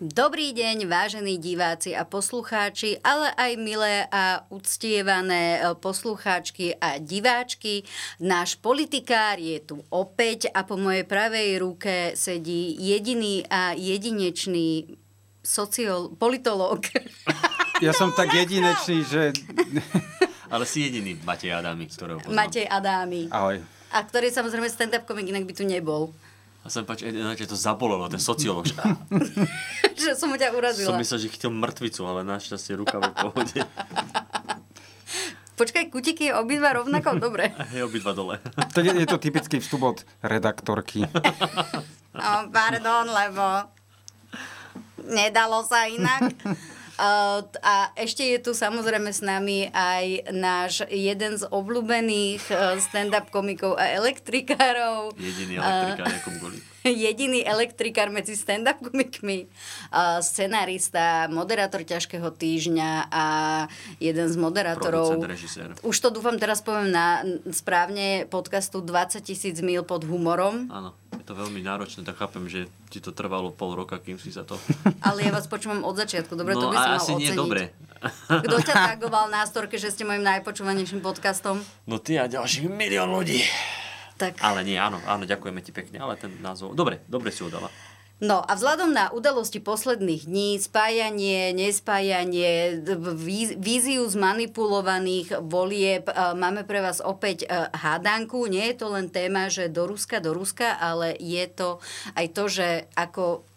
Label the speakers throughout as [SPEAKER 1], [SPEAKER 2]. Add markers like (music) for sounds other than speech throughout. [SPEAKER 1] Dobrý deň, vážení diváci a poslucháči, ale aj milé a uctievané e, poslucháčky a diváčky. Náš politikár je tu opäť a po mojej pravej ruke sedí jediný a jedinečný sociol- politológ.
[SPEAKER 2] (laughs)
[SPEAKER 3] Ja som tak jedinečný, že...
[SPEAKER 2] Ale si jediný Matej Adámy, ktorého poznám.
[SPEAKER 1] Matej Adámy.
[SPEAKER 3] Ahoj.
[SPEAKER 1] A ktorý samozrejme stand-up komik, inak by tu nebol. (laughs)
[SPEAKER 2] A sa mi páči, že to zabolelo, ten sociológ. že-
[SPEAKER 1] že som ťa urazila.
[SPEAKER 2] Som myslel, že chytil mŕtvicu, ale našťastie ruka v pohode.
[SPEAKER 1] (laughs) Počkaj, kutiky je obidva
[SPEAKER 2] (laughs)
[SPEAKER 1] rovnako? Dobre.
[SPEAKER 2] Hej, obidva dole.
[SPEAKER 1] (laughs)
[SPEAKER 3] To je, je to typický vstup od redaktorky.
[SPEAKER 1] O, No, pardon, lebo nedalo sa inak. O, t- A ešte je tu samozrejme s nami aj náš jeden z obľúbených e, stand-up komikov a elektrikárov.
[SPEAKER 2] Jediný
[SPEAKER 1] A-
[SPEAKER 2] elektrikár Jakub Gulík.
[SPEAKER 1] (laughs) jediný elektrikár medzi stand-up komikmi, a scenarista, moderátor ťažkého týždňa a jeden z moderátorov.
[SPEAKER 2] Producent, režisér.
[SPEAKER 1] Už to dúfam teraz poviem na správne podcastu 20 tisíc mil pod humorom,
[SPEAKER 2] Áno, je to veľmi náročné, tak chápem, že ti to trvalo pol roka, kým si sa to...
[SPEAKER 1] ale ja vás počúvam od začiatku, dobre, to
[SPEAKER 2] no
[SPEAKER 1] by si
[SPEAKER 2] a
[SPEAKER 1] mal
[SPEAKER 2] asi nie
[SPEAKER 1] oceniť.
[SPEAKER 2] dobre.
[SPEAKER 1] Kto
[SPEAKER 2] (laughs)
[SPEAKER 1] ťa tagoval na storke, že ste môjim najpočúvanejším podcastom?
[SPEAKER 2] No ty a ďalších milión ľudí.
[SPEAKER 1] Tak
[SPEAKER 2] Ale nie, áno, áno, ďakujeme ti pekne, ale ten názov... Dobre, dobre si ho dala.
[SPEAKER 1] No a vzhľadom na udalosti posledných dní, spájanie, nespájanie, d- ví- víziu zmanipulovaných volieb, e, máme pre vás opäť e, hádanku. Nie je to len téma, že do Ruska, do Ruska, ale je to aj to, že ako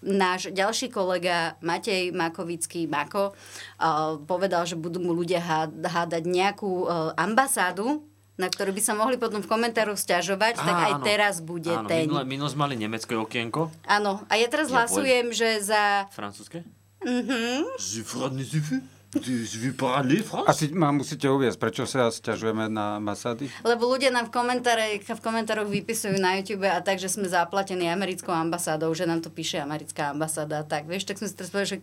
[SPEAKER 1] náš ďalší kolega Matej Makovický Mako eh, povedal, že budú mu ľudia há- hádať nejakú eh, ambasádu, na ktorú by sa mohli potom v komentároch stiažovať, tak
[SPEAKER 2] Á,
[SPEAKER 1] aj
[SPEAKER 2] áno.
[SPEAKER 1] teraz bude
[SPEAKER 2] áno,
[SPEAKER 1] ten.
[SPEAKER 2] Minule, minule sme mali nemecké okienko,
[SPEAKER 1] Áno, a ja teraz
[SPEAKER 2] Ja
[SPEAKER 1] hlasujem, že za...
[SPEAKER 2] francúzske.
[SPEAKER 1] Mhm.
[SPEAKER 2] Mm-hmm.
[SPEAKER 3] Asi ma musíte uviezť, prečo sa stiažujeme na Masady.
[SPEAKER 1] Lebo ľudia nám v, komentáre- v komentároch vypisujú na YouTube a tak, že sme zaplatení americkou ambasádou, že nám to píše americká ambasáda. a Tak, vieš, tak sme si teraz povedali, že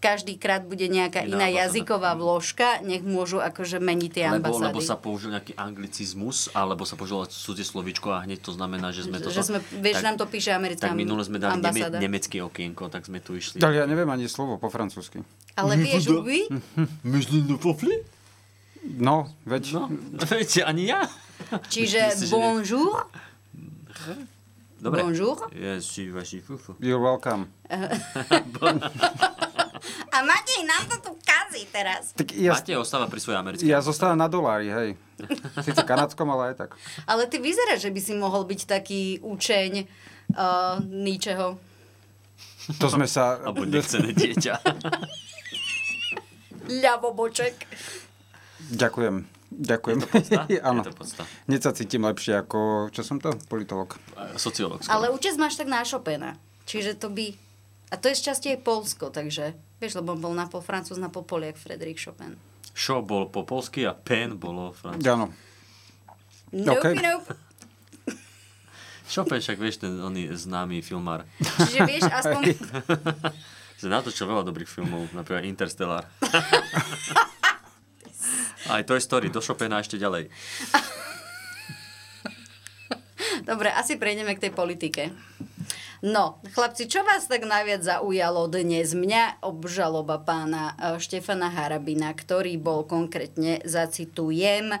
[SPEAKER 1] každý krát bude nejaká
[SPEAKER 2] Iná
[SPEAKER 1] iná,
[SPEAKER 2] ambasáda. Mhm.
[SPEAKER 1] jazyková vložka, nech môžu akože meniť tie
[SPEAKER 2] Lebo,
[SPEAKER 1] ambasády.
[SPEAKER 2] lebo sa použil nejaký anglicizmus, alebo sa použilo cudzie slovičko a hneď to znamená, že sme to...
[SPEAKER 1] že sme, vieš, tak, nám to píše americká
[SPEAKER 2] Tak minule sme dali neme,
[SPEAKER 1] ambasáda.
[SPEAKER 2] nemecké okienko, tak sme tu išli.
[SPEAKER 3] Ale ja neviem ani slovo po francúzsky.
[SPEAKER 1] Ale vieš,
[SPEAKER 2] Vyvoda. (laughs)
[SPEAKER 1] vy?
[SPEAKER 2] Myslím na pofli?
[SPEAKER 3] No, veď...
[SPEAKER 2] No, (laughs) viete, ani ja. Myslím si,
[SPEAKER 1] Čiže
[SPEAKER 2] že nie.
[SPEAKER 1] bonjour,
[SPEAKER 2] Dobre.
[SPEAKER 1] Bonjour.
[SPEAKER 2] Ja si vaši fufu.
[SPEAKER 3] You're welcome.
[SPEAKER 1] a Matej nám to tu kazí teraz.
[SPEAKER 3] Tak ja,
[SPEAKER 2] Matej ostáva pri svojej americkej.
[SPEAKER 3] ja zostávam na dolári, hej. Sice kanadskom, ale aj tak.
[SPEAKER 1] Ale ty vyzeráš, že by si mohol byť taký učeň uh, ničeho.
[SPEAKER 3] To sme sa...
[SPEAKER 2] Alebo nechcené dieťa.
[SPEAKER 1] Ľavoboček.
[SPEAKER 3] Ďakujem. Ďakujem. (laughs) (laughs) Áno.
[SPEAKER 2] Je to podsta.
[SPEAKER 3] Hneď sa cítim lepšie ako... Čo som to? Politolog.
[SPEAKER 2] A Sociológ. skôr.
[SPEAKER 1] Ale učec máš tak na Chopina. Čiže to by... A to je šťastie aj Polsko, takže... Vieš, lebo on bol na pol francúz, na pol poliak Fredrik Chopin.
[SPEAKER 2] Šo bol po polsky a pen bolo francúzsky.
[SPEAKER 3] Áno.
[SPEAKER 1] Nope,
[SPEAKER 3] Ok.
[SPEAKER 1] nope.
[SPEAKER 2] Chopin však vieš, ten on je známy filmár.
[SPEAKER 1] Čiže vieš, aspoň...
[SPEAKER 2] Že natočil veľa dobrých filmov, napríklad Interstellar. Aj Toy Story, do Chopina ešte ďalej.
[SPEAKER 1] Dobre, asi prejdeme k tej politike. No, chlapci, čo vás tak najviac zaujalo dnes? Mňa obžaloba pána e, Štefana Harabina, ktorý bol konkrétne, zacitujem, e,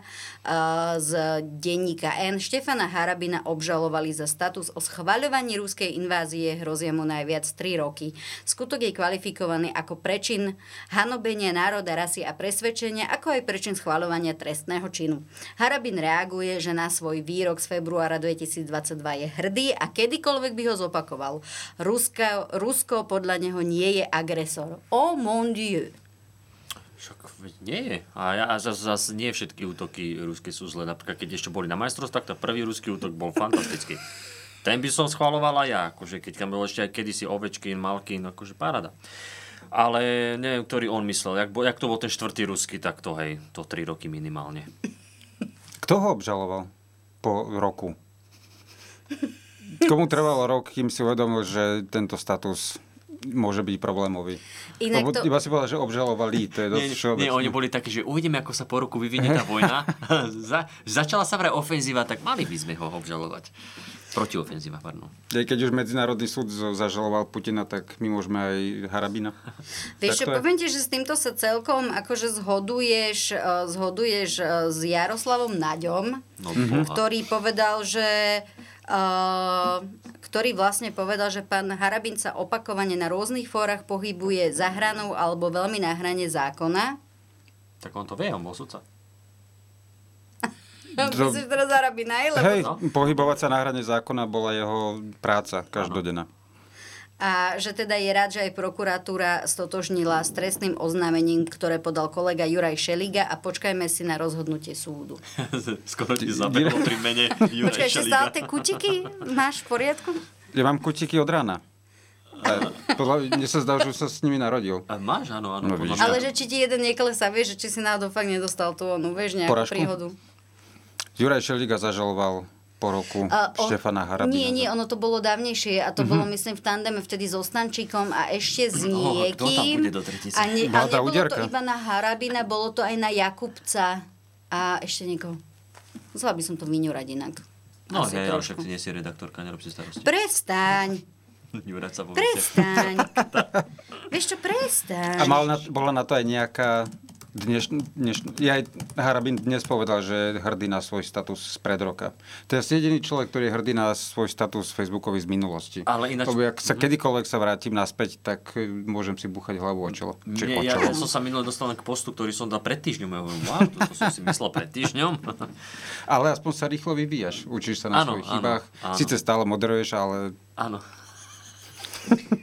[SPEAKER 1] z denníka N. Štefana Harabina obžalovali za status o schvaľovaní ruskej invázie, hrozia mu najviac 3 roky. Skutok je kvalifikovaný ako prečin hanobenia národa, rasy a presvedčenia, ako aj prečin schvaľovania trestného činu. Harabin reaguje, že na svoj výrok z februára 2022 je hrdý a kedykoľvek by ho zopakoval. Ruska, Rusko podľa neho nie je agresor. Oh mon dieu.
[SPEAKER 2] Však veď nie je. A, ja, a zase zas nie všetky útoky ruské sú zlé. Napríklad, keď ešte boli na majstrovstvách, tak prvý ruský útok bol fantastický. Ten by som schvalovala ja, akože keď tam bol ešte aj kedysi Ovečkin, Malkin, akože parada. Ale neviem, ktorý on myslel. Jak, bol, jak to bol ten štvrtý ruský, tak to hej, to 3 roky minimálne.
[SPEAKER 3] Kto ho obžaloval po roku? Komu trvalo rok, kým si uvedomil, že tento status môže byť problémový?
[SPEAKER 1] Inak
[SPEAKER 3] Lebo
[SPEAKER 1] to-
[SPEAKER 3] iba si povedal, že obžalovali, to je dosť
[SPEAKER 2] Nie,
[SPEAKER 3] všeobecné.
[SPEAKER 2] nie, oni boli takí, že uvidíme, ako sa po
[SPEAKER 3] (laughs)
[SPEAKER 2] roku vyvinie tá vojna. Za, začala sa vraj ofenzíva, tak mali by sme ho obžalovať. Protiofenzíva, pardon.
[SPEAKER 3] Aj keď už Medzinárodný súd zo- zažaloval Putina, tak my môžeme aj Harabina.
[SPEAKER 1] Vieš, čo,
[SPEAKER 3] Takto je.
[SPEAKER 1] poviem ti, že s týmto sa celkom akože zhoduješ, e, zhoduješ e, s Jaroslavom Naďom,
[SPEAKER 2] No,
[SPEAKER 3] Mhm.
[SPEAKER 2] mm-hmm.
[SPEAKER 1] ktorý povedal, že uh, ktorý vlastne povedal, že pán Harabin sa opakovane na rôznych fórach pohybuje za hranou alebo veľmi na hrane zákona.
[SPEAKER 2] Tak on to vie, on bol sudca. (laughs)
[SPEAKER 1] To... Myslíš teraz Harabina, aj? lebo...
[SPEAKER 3] Hej,
[SPEAKER 2] no.
[SPEAKER 3] pohybovať sa na hrane zákona bola jeho práca každodenná.
[SPEAKER 1] A že teda je rád, že aj prokuratúra stotožnila s trestným oznámením, ktoré podal kolega Juraj Šeliga a počkajme si na rozhodnutie súdu.
[SPEAKER 2] Skoro ti zabehlo pri mene
[SPEAKER 3] (laughs)
[SPEAKER 2] Juraj
[SPEAKER 1] Počkaj, ešte
[SPEAKER 2] Šeliga.
[SPEAKER 1] stále tie kutiky máš v poriadku?
[SPEAKER 3] Ja mám kutiky od rána. A Podľa, mne sa zdá, že už sa s nimi narodil.
[SPEAKER 2] A máš, áno, áno.
[SPEAKER 3] No vidíš.
[SPEAKER 2] podľa mňa.
[SPEAKER 1] Ale že či ti jeden neklesá, vieš, že či si náhodou fakt nedostal tú onu, vieš, nejakú
[SPEAKER 3] Porážku?
[SPEAKER 1] príhodu.
[SPEAKER 3] Juraj Šeliga zažaloval po roku
[SPEAKER 1] A on-
[SPEAKER 3] Štefana Harabina.
[SPEAKER 1] Nie, nie, ono to bolo dávnejšie a to bolo,
[SPEAKER 2] Mhm.
[SPEAKER 1] myslím, v tandeme vtedy so Stančíkom a ešte s
[SPEAKER 2] Oh, kto tam
[SPEAKER 1] niekým.
[SPEAKER 2] bude do tretice?
[SPEAKER 1] a nie, ale
[SPEAKER 3] Mladá
[SPEAKER 1] nebolo
[SPEAKER 3] udierka.
[SPEAKER 1] to iba na Harabina, bolo to aj na Jakubca a ešte niekoho. Zla by som to vyňurať inak.
[SPEAKER 2] No,
[SPEAKER 1] Asi
[SPEAKER 2] hej, ale však
[SPEAKER 1] trošku.
[SPEAKER 2] ty nie si redaktorka, nerob si starosti.
[SPEAKER 1] Prestaň,
[SPEAKER 2] (laughs) Juraj sa vo vece. (laughs)
[SPEAKER 1] prestaň. Vieš čo, prestaň.
[SPEAKER 3] A mal na, bola na to aj nejaká dneš, dneš, ja aj Harabin dnes povedal, že je hrdý na svoj status z pred roka. To je asi jediný človek, ktorý je hrdý na svoj status Facebookový z minulosti.
[SPEAKER 2] Ale ináč- Mhm.
[SPEAKER 3] Lebo ak sa kedykoľvek sa vrátim naspäť, tak e, môžem si búchať hlavu o čelo. Či o
[SPEAKER 2] Nie, ja,
[SPEAKER 3] čelo.
[SPEAKER 2] ja som sa minule dostal k postu, ktorý som dal pred týždňom. Ja hovorím, wow, to som si myslel pred týždňom. (laughs)
[SPEAKER 3] Ale aspoň sa rýchlo vyvíjaš. Učíš sa na
[SPEAKER 2] Áno,
[SPEAKER 3] svojich
[SPEAKER 2] áno,
[SPEAKER 3] chybách.
[SPEAKER 2] áno.
[SPEAKER 3] Sice stále moderuješ, ale
[SPEAKER 2] Áno.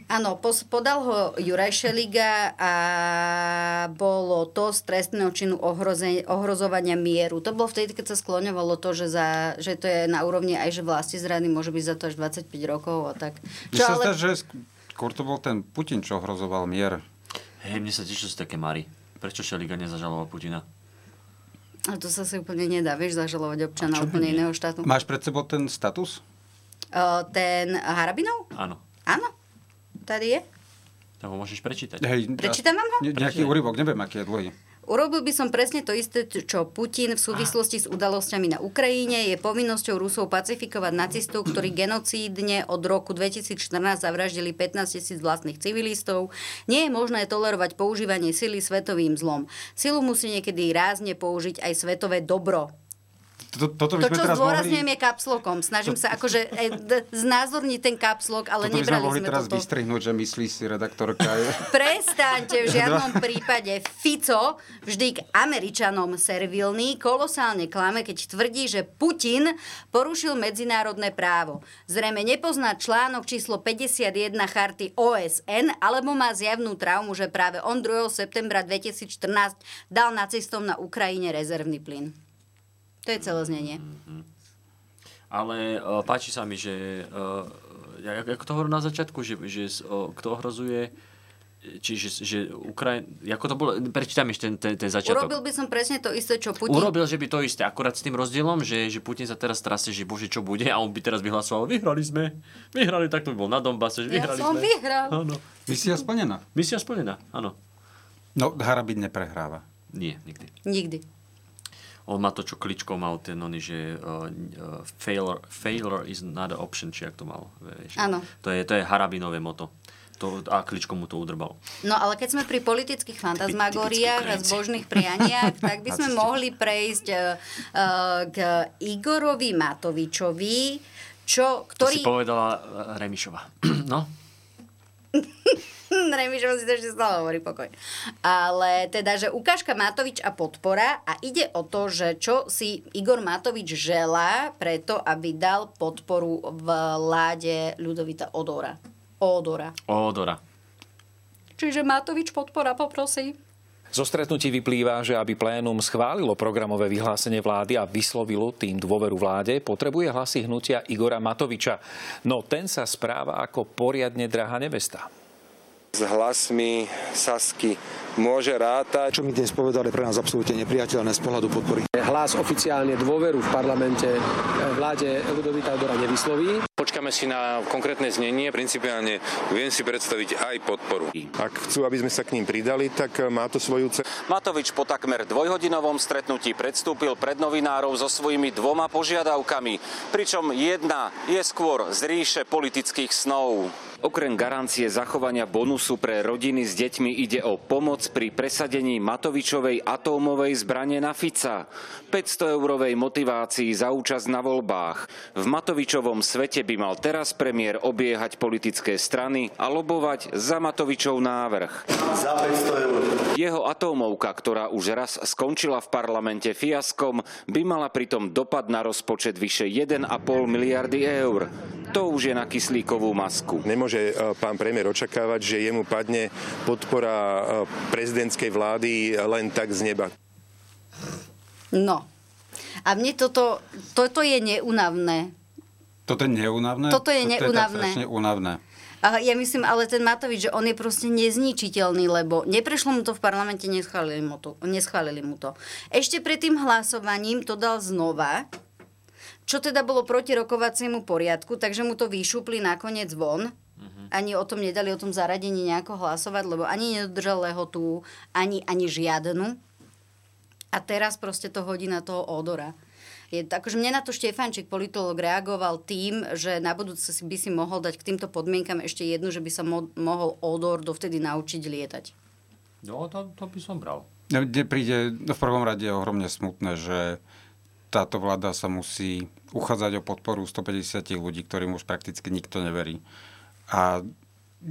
[SPEAKER 1] Áno, pos- podal ho Juraj Šeliga a bolo to z trestného činu ohroze- ohrozovania mieru. To bolo vtedy, keď sa skloňovalo to, že, za, že to je na úrovni aj že vlasti zrady môže byť za to až 25 rokov a tak.
[SPEAKER 3] Mne sa zdá, že skôr to bol ten Putin, čo ohrozoval mier.
[SPEAKER 2] Hej, mne sa tiež sú také mary. Prečo Šeliga nezažaloval Putina?
[SPEAKER 1] ale to sa si úplne nedá, vieš, zažalovať občana
[SPEAKER 2] A čo
[SPEAKER 1] úplne
[SPEAKER 2] nie?
[SPEAKER 1] iného štátu.
[SPEAKER 3] Máš pred sebou ten status?
[SPEAKER 1] Uh, ten Harabinov?
[SPEAKER 2] Áno.
[SPEAKER 1] Áno, tady je.
[SPEAKER 2] Tak ho môžeš prečítať.
[SPEAKER 3] Hej,
[SPEAKER 1] Prečítam vám ho?
[SPEAKER 3] Ne, nejaký
[SPEAKER 2] Prečítaj.
[SPEAKER 3] úryvok, neviem, aký je dlhý.
[SPEAKER 1] Urobil by som presne to isté, čo Putin v súvislosti s udalosťami na Ukrajine. Je povinnosťou Rusov pacifikovať nacistov, ktorí genocídne od roku 2014 zavraždili 15 tisíc vlastných civilistov. Nie je možné tolerovať používanie sily svetovým zlom. Silu musí niekedy rázne použiť aj svetové dobro.
[SPEAKER 3] Toto, toto by
[SPEAKER 1] To,
[SPEAKER 3] sme
[SPEAKER 1] čo
[SPEAKER 3] teraz mohli,
[SPEAKER 1] zdôrazňujem, je kapslokom. Snažím sa akože eh, d- znázorniť ten kapslok, ale
[SPEAKER 3] toto by sme
[SPEAKER 1] nebrali
[SPEAKER 3] mohli
[SPEAKER 1] sme
[SPEAKER 3] teraz
[SPEAKER 1] toto.
[SPEAKER 3] vystrihnúť, že myslí si redaktorka.
[SPEAKER 1] (laughs) Prestaňte v žiadnom prípade. Fico vždy k Američanom servilný kolosálne klame, keď tvrdí, že Putin porušil medzinárodné právo. Zrejme nepozná článok číslo 51 charty OSN, alebo má zjavnú traumu, že práve on 2. septembra 2014 dal nacistom na Ukrajine rezervný plyn. To je celé znenie.
[SPEAKER 2] Ale uh, páči sa mi, že... Uh, ako to hovoril na začiatku, že, že uh, kto ohrozuje... Čiže že Ukrajin... Ako to bolo... Prečítam ešte ten, ten, ten začiatok.
[SPEAKER 1] Urobil by som presne to isté, čo Putin.
[SPEAKER 2] Urobil, že by to isté, akurát s tým rozdielom, že, že Putin sa teraz trasie, že bože, čo bude, a on by teraz vyhlasoval, vyhrali sme, vyhrali, tak to by bol na Donbase,
[SPEAKER 1] Ja
[SPEAKER 2] že vyhrali
[SPEAKER 1] som
[SPEAKER 2] sme.
[SPEAKER 1] vyhral.
[SPEAKER 2] Áno.
[SPEAKER 3] Misia splnená.
[SPEAKER 2] Misia splnená, áno.
[SPEAKER 3] No, Harabin neprehráva.
[SPEAKER 2] Nie, nikdy.
[SPEAKER 1] Nikdy.
[SPEAKER 2] On má to, čo kličko mal ten oný, že uh, uh, failure, failure is not an option, či ak to mal. Vieš.
[SPEAKER 1] Áno.
[SPEAKER 2] To je, to je Harabinové moto. To, a kličko mu to udrbal.
[SPEAKER 1] No ale keď sme pri politických fantasmagóriách a
[SPEAKER 2] Typickí Ukrajinci.
[SPEAKER 1] zbožných prianiach, tak by
[SPEAKER 2] (laughs)
[SPEAKER 1] sme mohli prejsť e, e, k Igorovi Matovičovi, čo,
[SPEAKER 2] To
[SPEAKER 1] ktorý...
[SPEAKER 2] si
[SPEAKER 1] (laughs)
[SPEAKER 2] povedala eh, Remišová. (clears throat) no,
[SPEAKER 1] Hm, Remi, že si to ešte stále hovorí pokoj. Ale teda, že ukážka Matovič a podpora a ide o to, že čo si Igor Matovič želá preto, aby dal podporu vláde Ľudovita Odora. Odora.
[SPEAKER 2] Odora.
[SPEAKER 1] Čiže Matovič podpora poprosí.
[SPEAKER 4] Zo stretnutí vyplýva, že aby plénum schválilo programové vyhlásenie vlády a vyslovilo tým dôveru vláde, potrebuje hlasy hnutia Igora Matoviča. No ten sa správa ako poriadne drahá nevesta.
[SPEAKER 5] s hlasmi Sasky môže rátať.
[SPEAKER 6] Čo mi dnes povedali, pre nás absolútne nepriateľné z pohľadu podpory.
[SPEAKER 7] Hlas oficiálne dôveru v parlamente e, vláde Ludovita Odora nevysloví. počkáme si na konkrétne znenie.
[SPEAKER 5] Principiálne viem si predstaviť aj podporu.
[SPEAKER 8] Ak chcú, aby sme sa k ním pridali, tak má to svoju cenu.
[SPEAKER 7] Matovič po takmer dvojhodinovom stretnutí predstúpil pred novinárov so svojimi dvoma požiadavkami, pričom jedna je skôr z ríše politických snov. Okrem garancie zachovania bonusu pre rodiny s deťmi ide o pomoc pri presadení Matovičovej atómovej zbrane na Fica, 500-eurovej motivácii za účasť na voľbách. V Matovičovom svete by mal teraz premiér obiehať politické strany a lobovať za Matovičov návrh.
[SPEAKER 9] Za 500 eur.
[SPEAKER 7] Jeho atómovka, ktorá už raz skončila v parlamente fiaskom, by mala pritom dopad na rozpočet vyše 1,5 miliardy eur. To už je na kyslíkovú masku.
[SPEAKER 8] Nemôže eh, pán premiér očakávať, že jemu padne podpora eh, prezidentskej vlády len tak z neba.
[SPEAKER 1] No. A mne toto, toto je neunavné.
[SPEAKER 3] Toto je neunavné?
[SPEAKER 1] Toto je neúnavné.
[SPEAKER 3] Toto je tak strašne únavné.
[SPEAKER 1] A ja myslím, ale ten Matovič, že on je proste nezničiteľný, lebo neprešlo mu to v parlamente, neschválili mu to. Neschválili mu to. Ešte pred tým hlasovaním to dal znova, čo teda bolo proti rokovaciemu poriadku, takže mu to vyšupli nakoniec von. Ani o tom nedali, o tom zaradení nejako hlasovať, lebo ani nedodržal lehotu, ani, ani žiadnu. A teraz proste to hodí na toho odora. Je, akože mne na to Štefančík, politolog, reagoval tým, že na budúce si by si mohol dať k týmto podmienkam ešte jednu, že by sa mo- mohol odor dovtedy naučiť lietať.
[SPEAKER 2] No, to, to by som bral.
[SPEAKER 3] Ja, Mne príde no, v prvom rade je ohromne smutné, že táto vláda sa musí uchádzať o podporu 150 ľudí, ktorým už prakticky nikto neverí. A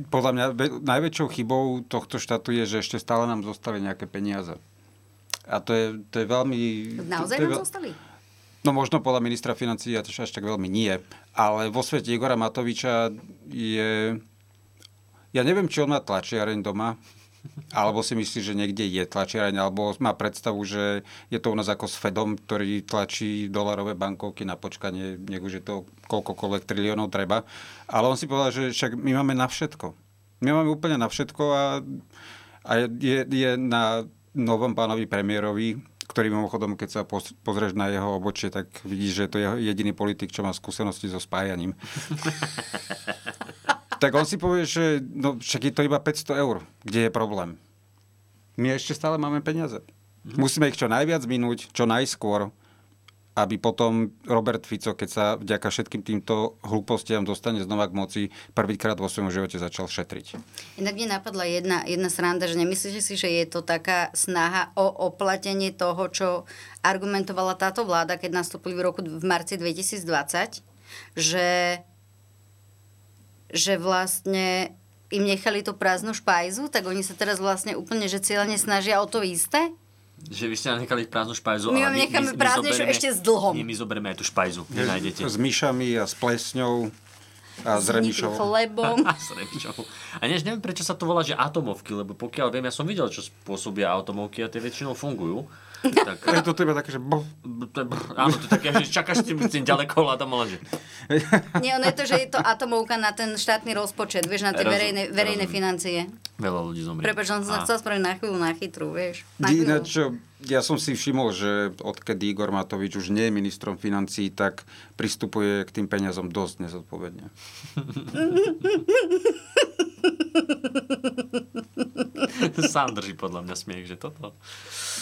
[SPEAKER 3] podľa mňa ve- najväčšou chybou tohto štátu je, že ešte stále nám zostali nejaké peniaze. A to je, to je veľmi...
[SPEAKER 1] Naozaj
[SPEAKER 3] to, to je
[SPEAKER 1] nám
[SPEAKER 3] veľ-
[SPEAKER 1] zostali?
[SPEAKER 3] No možno podľa ministra financií ja tiež až tak veľmi nie, ale vo svete Igora Matoviča je... Ja neviem, či on má tlačiareň doma, alebo si myslí, že niekde je tlačiareň, alebo má predstavu, že je to u nás ako s Fedom, ktorý tlačí dolarové bankovky na počkanie, nech už je to koľkokoľvek triliónov treba. Ale on si povedal, že však my máme na všetko. My máme úplne na všetko a, a je, je na novom pánovi premiérovi, ktorý mimochodom, keď sa poz- pozrieš na jeho obočie, tak vidíš, že to je jeho jediný politik, čo má skúsenosti so spájaním. tak on si povie, že no, však je to iba 500 eur, kde je problém. My ešte stále máme peniaze. Musíme ich čo najviac minúť, čo najskôr, aby potom Robert Fico, keď sa vďaka všetkým týmto hlúpostiam dostane znova k moci, prvýkrát vo svojom živote začal šetriť.
[SPEAKER 1] Inak mne napadla jedna, jedna sranda, že nemyslíte si, že je to taká snaha o oplatenie toho, čo argumentovala táto vláda, keď nastúpili v roku v marci 2020, že, že vlastne im nechali tú prázdnu špajzu, tak oni sa teraz vlastne úplne, že cieľene snažia o to isté?
[SPEAKER 2] Že vy ste nám nechali prázdnu špajzu,
[SPEAKER 1] My
[SPEAKER 2] ale
[SPEAKER 1] vám necháme prázdnejšiu
[SPEAKER 2] zoberieme-
[SPEAKER 1] ešte s dlhom.
[SPEAKER 2] Nie, my zoberieme aj tú špajzu, nenájdete. (laughs)
[SPEAKER 3] S myšami a s plesňou a s remišou. (laughs)
[SPEAKER 1] Chlebom.
[SPEAKER 2] S remičou. A než neviem, prečo sa to volá, že atomovky, lebo pokiaľ viem, ja som videl, čo spôsobia atomovky a tie väčšinou
[SPEAKER 1] (laughs)
[SPEAKER 2] fungujú.
[SPEAKER 3] Je
[SPEAKER 2] Tak,
[SPEAKER 3] to iba také, že... bof.
[SPEAKER 2] b- t- br- áno, to je také, že čakáš s tým, s tým ďaleko hľadom, ale že...
[SPEAKER 1] Nie, ono je to, že je to atomovka na ten štátny rozpočet, vieš, na tie
[SPEAKER 2] Rozum-
[SPEAKER 1] verejné, verejné
[SPEAKER 2] rozumiem.
[SPEAKER 1] financie.
[SPEAKER 2] Veľa ľudí zomrie.
[SPEAKER 1] Prepač, len som sa
[SPEAKER 2] A-
[SPEAKER 1] chcela spraviť na chvíľu na chytru, vieš. Na chvíľu.
[SPEAKER 3] Ináč, čo, ja som si všimol, že odkedy Igor Matovič už nie je ministrom financí, tak pristupuje k tým peniazom dosť nezodpovedne.
[SPEAKER 2] (laughs) Sám drží podľa mňa smiech, že toto.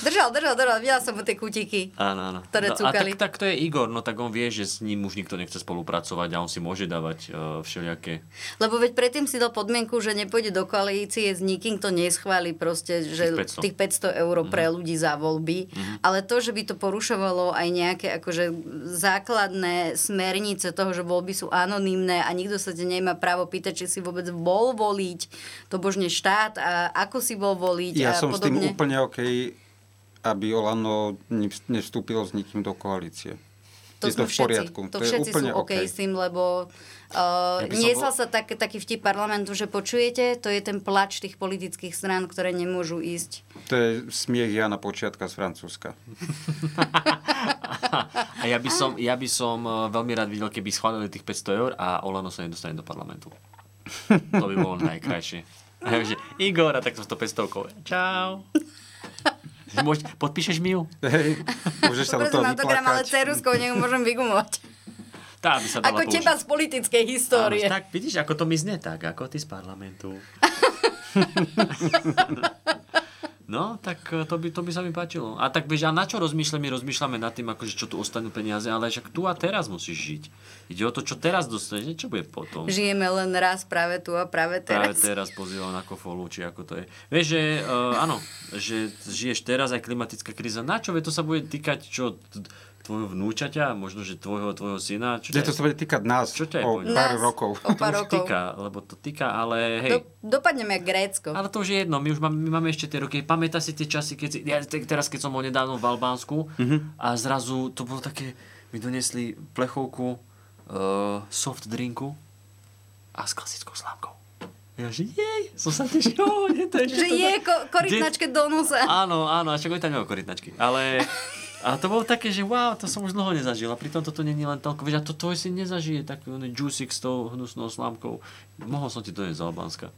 [SPEAKER 1] Držal, držal, držal, videla som mu tie kutiky.
[SPEAKER 2] Áno, áno.
[SPEAKER 1] Ktoré
[SPEAKER 2] no, a
[SPEAKER 1] cúkali.
[SPEAKER 2] tak, tak to je Igor, no tak on vie, že s ním už nikto nechce spolupracovať a on si môže dávať uh, všelijaké...
[SPEAKER 1] Lebo veď predtým si dal podmienku, že nepôjde do koalície s nikým, kto neschváli proste, že
[SPEAKER 2] Tých Mhm.
[SPEAKER 1] tých
[SPEAKER 2] 500.
[SPEAKER 1] 500 eur pre ľudí za voľby. Ale to, že by to porušovalo aj nejaké akože základné smernice toho, že voľby sú anonymné a nikto sa te nemá právo pýtať, či si vôbec bol voliť, to božne štát a ako si bol voliť
[SPEAKER 3] Ja
[SPEAKER 1] a
[SPEAKER 3] som s tým
[SPEAKER 1] podobne.
[SPEAKER 3] úplne OK, aby Olano nevst- nevstúpilo s nikým do koalície.
[SPEAKER 1] To
[SPEAKER 3] je
[SPEAKER 1] sme
[SPEAKER 3] to v
[SPEAKER 1] všetci,
[SPEAKER 3] poriadku.
[SPEAKER 1] To,
[SPEAKER 3] je
[SPEAKER 1] všetci sú
[SPEAKER 3] úplne
[SPEAKER 1] OK s tým, lebo uh,
[SPEAKER 2] Ja by som
[SPEAKER 1] niesla
[SPEAKER 2] bol-
[SPEAKER 1] sa tak, taký vtip parlamentu, že počujete, to je ten plač tých politických strán, ktoré nemôžu ísť.
[SPEAKER 3] To je smiech Jana Počiatka z Francúzska. (laughs)
[SPEAKER 2] A ja by som, ja by som eh, veľmi rád videl, keby schválili tých 500 eur a Olano sa nedostane do parlamentu. To by bolo najkrajšie. (laughs) A ja že Igor, a tak som to 500 kov.
[SPEAKER 1] (laughs)
[SPEAKER 2] Čau. Môž, podpíšeš mi ju?
[SPEAKER 3] Hej, môžeš sa do
[SPEAKER 1] Dobre
[SPEAKER 3] toho
[SPEAKER 1] som autogram, ale
[SPEAKER 3] vyplakať. (laughs)
[SPEAKER 1] ceruskou nech môžem vygumovať.
[SPEAKER 2] Tá by sa dala
[SPEAKER 1] Ako
[SPEAKER 2] použiť.
[SPEAKER 1] teba z politickej histórie.
[SPEAKER 2] Áno, tak vidíš, ako to mi znie tak, ako ty z parlamentu. (laughs) No, tak e, to by, to by sa mi páčilo. A tak vieš, a na čo rozmýšľame? Rozmýšľame nad tým, akože čo tu ostanú peniaze, ale však tu a teraz musíš žiť. Ide o to, čo teraz dostaneš, nie čo bude potom.
[SPEAKER 1] Žijeme len raz práve tu a práve
[SPEAKER 2] Práve
[SPEAKER 1] teraz.
[SPEAKER 2] teraz pozýval na kofolu, či ako to je. Vieš, že e, áno, že žiješ teraz aj klimatická kríza. Na čo? Veď to sa bude týkať čo? t- Tvojho vnúčaťa? Možno, že tvojho, tvojho syna? Čo
[SPEAKER 3] Že
[SPEAKER 2] ťa-
[SPEAKER 3] to sa bude týkať nás
[SPEAKER 2] Čo ťa je
[SPEAKER 3] o
[SPEAKER 2] povedať?
[SPEAKER 3] pár
[SPEAKER 1] Nás
[SPEAKER 3] rokov.
[SPEAKER 1] O
[SPEAKER 2] to
[SPEAKER 1] pár
[SPEAKER 2] už
[SPEAKER 1] rokov.
[SPEAKER 2] týka, lebo to týka, ale hej.
[SPEAKER 1] Do, dopadneme jak Grécko.
[SPEAKER 2] Ale to už je jedno, my už máme, my máme ešte tie roky. Pamätá si tie časy, keď si, ja, te, teraz keď som bol nedávno v Albánsku a zrazu to bolo také, mi donesli plechovku uh, soft drinku a s klasickou slámkou. Ja že jej, som sa tešil, (laughs) o, nie, to je ešte
[SPEAKER 1] Že
[SPEAKER 2] to
[SPEAKER 1] je
[SPEAKER 2] tak-
[SPEAKER 1] ko- korytnačke do nosa.
[SPEAKER 2] Áno, áno, a však oni tam nemajú korytnačky. Ale... A to bolo také, že wow, to som už dlho nezažil. A pritom toto není len toľko. Vieš, a to tvoj si nezažije taký oný juicik s tou hnusnou slámkou. Mohol som ti to z Albánska.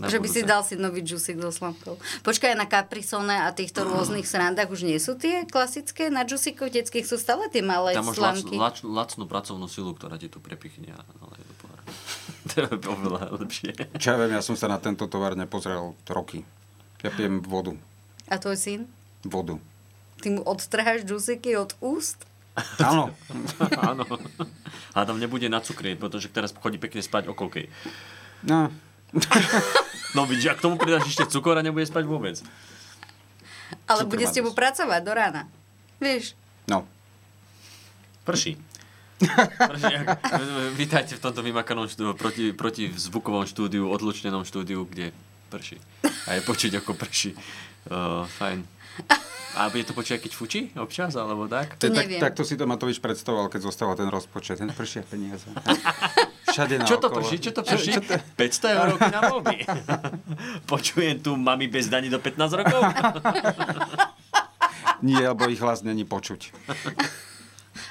[SPEAKER 2] Na
[SPEAKER 1] Že by si
[SPEAKER 2] budúce.
[SPEAKER 1] dal si nový džusik so slamkou. Počkaj, na kaprisone a
[SPEAKER 2] (clears throat)
[SPEAKER 1] týchto rôznych srandách už nie sú tie klasické? Na džusikoch detských sú stále tie malé
[SPEAKER 2] Tam máš lac,
[SPEAKER 1] slamky.
[SPEAKER 2] lac, lacnú pracovnú silu, ktorá ti tu prepichne a naleje do pohára. (laughs) to je oveľa lepšie.
[SPEAKER 3] Čo ja viem, ja som sa na tento tovar nepozrel roky. Ja pijem vodu.
[SPEAKER 1] A tvoj syn?
[SPEAKER 3] Vodu.
[SPEAKER 1] Ty mu odtrháš džusiky od úst?
[SPEAKER 3] Áno.
[SPEAKER 2] Áno. A tam nebude nacukrieť, pretože teraz chodí pekne spať o koľkej.
[SPEAKER 3] No.
[SPEAKER 2] No vidíš, a k tomu pridáš ešte cukor a nebude spať vôbec.
[SPEAKER 1] Ale
[SPEAKER 3] Super
[SPEAKER 1] bude s tebou
[SPEAKER 3] mladosť.
[SPEAKER 1] pracovať do rána. Vieš?
[SPEAKER 3] no.
[SPEAKER 2] Prší. Prší ako, vítajte v tomto vymakanom štúdiu, proti, proti zvukovom štúdiu, odlučnenom štúdiu, kde prší. A je počuť, ako prší. Uh, fajn. A je to počuť, aj keď fučí občas, alebo tak?
[SPEAKER 1] To
[SPEAKER 3] tak,
[SPEAKER 1] neviem.
[SPEAKER 3] takto si to Matovič predstavoval, keď zostal ten rozpočet. Ten pršia
[SPEAKER 1] (laughs)
[SPEAKER 3] peniaze. Všade na
[SPEAKER 2] Čo to prší? Čo to prší? 500 eur na voľby. (laughs) Počujem tu mami bez daní do
[SPEAKER 1] (laughs)
[SPEAKER 2] 15 rokov.
[SPEAKER 3] Nie, lebo ich hlas není počuť.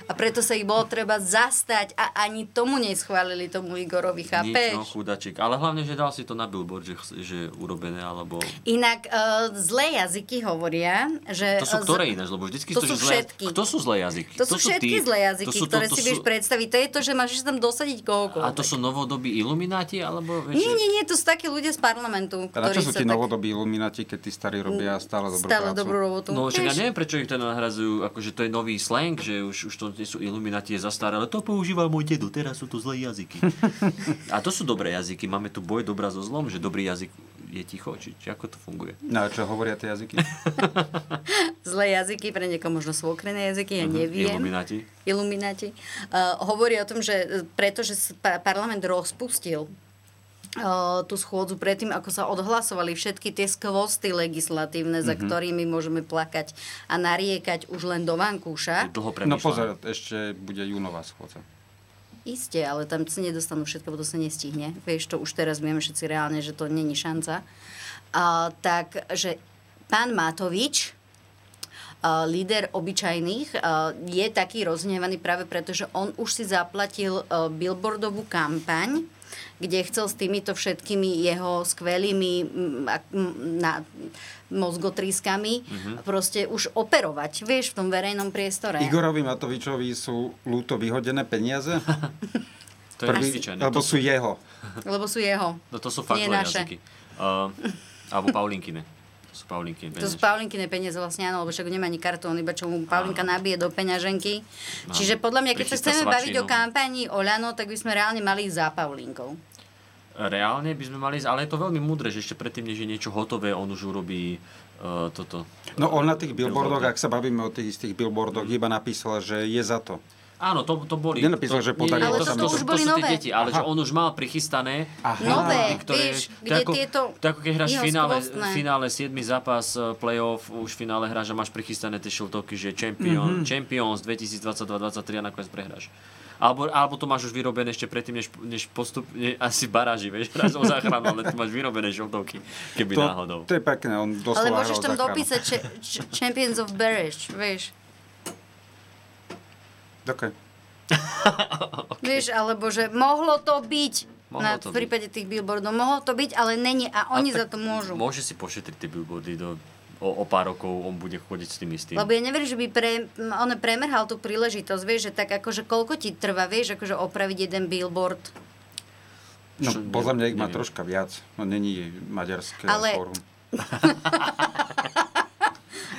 [SPEAKER 1] A preto sa ich bolo treba zastať a ani tomu neschválili tomu Igorovi,
[SPEAKER 2] Nič, no,
[SPEAKER 1] chápeš?
[SPEAKER 2] chudačik. Ale hlavne, že dal si to na billboard, že, chce- že je urobené, alebo...
[SPEAKER 1] Inak e, zlé jazyky hovoria, že...
[SPEAKER 2] To sú
[SPEAKER 1] e, z-
[SPEAKER 2] ktoré ináč, lebo vždycky
[SPEAKER 1] To
[SPEAKER 2] stojí,
[SPEAKER 1] sú
[SPEAKER 2] že zlé-
[SPEAKER 1] všetky.
[SPEAKER 2] Kto sú zlé jazyky?
[SPEAKER 1] To sú
[SPEAKER 2] Kto tí?
[SPEAKER 1] všetky zlé
[SPEAKER 2] To
[SPEAKER 1] jazyky,
[SPEAKER 2] sú to-
[SPEAKER 1] ktoré
[SPEAKER 2] to
[SPEAKER 1] si
[SPEAKER 2] sú-
[SPEAKER 1] vieš predstaviť. To je to, že máš tam dosadiť kohokoľvek.
[SPEAKER 2] A to sú novodobí ilumináti, alebo... Vieš,
[SPEAKER 1] Nie,
[SPEAKER 2] že-
[SPEAKER 1] nie, nie, to sú takí ľudia z parlamentu,
[SPEAKER 3] A na
[SPEAKER 1] ktorí
[SPEAKER 3] Teda čo sú
[SPEAKER 1] sa
[SPEAKER 3] tí
[SPEAKER 1] tak Mm,
[SPEAKER 3] novodobí iluminati, keď tí starí robia stále dobrú
[SPEAKER 1] stále
[SPEAKER 3] prácu?
[SPEAKER 1] dobrú robotu.
[SPEAKER 2] No, však ja
[SPEAKER 1] Vieš?
[SPEAKER 2] neviem, prečo ich to nahrazujú, akože to je nový slang, že už, už to nie sú ilumináti, je zastaré, ale to používa môj dedo, teraz sú to zlé
[SPEAKER 1] (laughs)
[SPEAKER 2] jazyky. A to sú dobré jazyky, máme tu boj dobra so zlom, že dobrý jazyk je ticho, či, či ako to funguje?
[SPEAKER 3] No, a čo hovoria tie jazyky?
[SPEAKER 1] Zlé jazyky, pre niekoho možno svokrené jazyky, ja
[SPEAKER 2] Mhm,
[SPEAKER 1] neviem.
[SPEAKER 2] Ilumináti.
[SPEAKER 1] Ilumináti. Uh, hovorí o tom, že e, pretože sa pa- parlament rozpustil uh, tú schôdzu predtým, ako sa odhlasovali všetky tie skvosty legislatívne,
[SPEAKER 2] Mhm.
[SPEAKER 1] za ktorými môžeme plakať a nariekať už len do vankúša.
[SPEAKER 2] Je dlho
[SPEAKER 3] No
[SPEAKER 2] premýšľané.
[SPEAKER 3] pozor, ešte bude júnová schôdza.
[SPEAKER 1] Isté, ale tam si nedostanú všetko, lebo to sa nestihne. Vieš, to už teraz vieme všetci reálne, že to není šanca. A, tak, že pán Matovič, a, líder obyčajných, a, je taký rozhnevaný práve preto, že on už si zaplatil a, billboardovú kampaň, kde chcel s týmito všetkými jeho skvelými mm, ak- m, na, mozgotriskami proste už operovať, vieš, v tom verejnom priestore.
[SPEAKER 3] Igorovi Matovičovi sú ľúto vyhodené peniaze?
[SPEAKER 2] To je nezvyčajné.
[SPEAKER 3] alebo
[SPEAKER 2] To,
[SPEAKER 3] sú jeho.
[SPEAKER 1] Lebo sú jeho.
[SPEAKER 2] no, to sú fakt
[SPEAKER 1] nie
[SPEAKER 2] zlé
[SPEAKER 1] naše.
[SPEAKER 2] jazyky. Uh, alebo Paulinkine. To sú Paulinkine.
[SPEAKER 1] To sú Paulinkine peniaze vlastne, áno, lebo však nemá ani kartón, iba čo mu Paulinka nabije do peňaženky. Čiže podľa mňa, keď sa
[SPEAKER 2] Prichystá
[SPEAKER 1] chceme baviť o
[SPEAKER 2] svačinu.
[SPEAKER 1] kampani Oľano, tak by sme reálne mali ísť za Paulinkou.
[SPEAKER 2] Reálne by sme mali, ísť, ale je to veľmi múdre, že ešte predtým, než je niečo hotové, on už urobí uh, toto.
[SPEAKER 3] No on na tých billboardoch, ak
[SPEAKER 2] Billboardy.
[SPEAKER 3] sa bavíme o tých istých billboardoch, iba napísal, že je za to.
[SPEAKER 2] Áno, to, to boli.
[SPEAKER 3] Nenapísal, že podarilo
[SPEAKER 2] nie, nie,
[SPEAKER 1] Ale toto už
[SPEAKER 2] sú-
[SPEAKER 1] boli
[SPEAKER 2] sú tie
[SPEAKER 1] nové.
[SPEAKER 2] Deti, ale že on už mal prichystané.
[SPEAKER 3] Aha.
[SPEAKER 1] Nové,
[SPEAKER 2] ktoré-
[SPEAKER 1] vieš,
[SPEAKER 2] to je
[SPEAKER 1] kde tieto
[SPEAKER 2] To je ako keď hráš v
[SPEAKER 1] jeho
[SPEAKER 2] finále,
[SPEAKER 1] skvostné.
[SPEAKER 2] finále 7. zápas eh, playoff, už v finále hráš a máš prichystané tie šiltovky, že
[SPEAKER 3] Mhm.
[SPEAKER 2] Champion, mm-hmm. Champions 2022-2023 a nakoniec prehráš. Alebo, alebo to máš už vyrobené ešte predtým, než, než postup, ne, asi v baráži, vieš, (laughs) hráš o záchranu, ale ty máš vyrobené šiltovky, keby
[SPEAKER 3] To,
[SPEAKER 2] náhodou.
[SPEAKER 3] to je pekné, on doslova
[SPEAKER 1] Ale môžeš
[SPEAKER 3] hral
[SPEAKER 1] tam
[SPEAKER 3] za kráľa.
[SPEAKER 1] dopísať če- č- Champions of Barrage, vieš.
[SPEAKER 3] Okay.
[SPEAKER 1] Vieš, alebo že mohlo to byť
[SPEAKER 2] Mohlo
[SPEAKER 1] na,
[SPEAKER 2] to
[SPEAKER 1] v prípade tých billboardov. Mohlo to byť, ale není a oni
[SPEAKER 2] tak
[SPEAKER 1] za to môžu.
[SPEAKER 2] Môže si pošetriť tie billboardy do o, o pár rokov on bude chodiť s tým istým.
[SPEAKER 1] Lebo ja neverím, že by pre, m, on premerhal tú príležitosť, vieš, že tak akože koľko ti trvá, vieš, akože opraviť jeden billboard.
[SPEAKER 3] No,
[SPEAKER 2] Čo-
[SPEAKER 3] podľa mňa ich má
[SPEAKER 2] neviem.
[SPEAKER 3] troška viac. No, není maďarské
[SPEAKER 1] Ale-
[SPEAKER 3] fórum.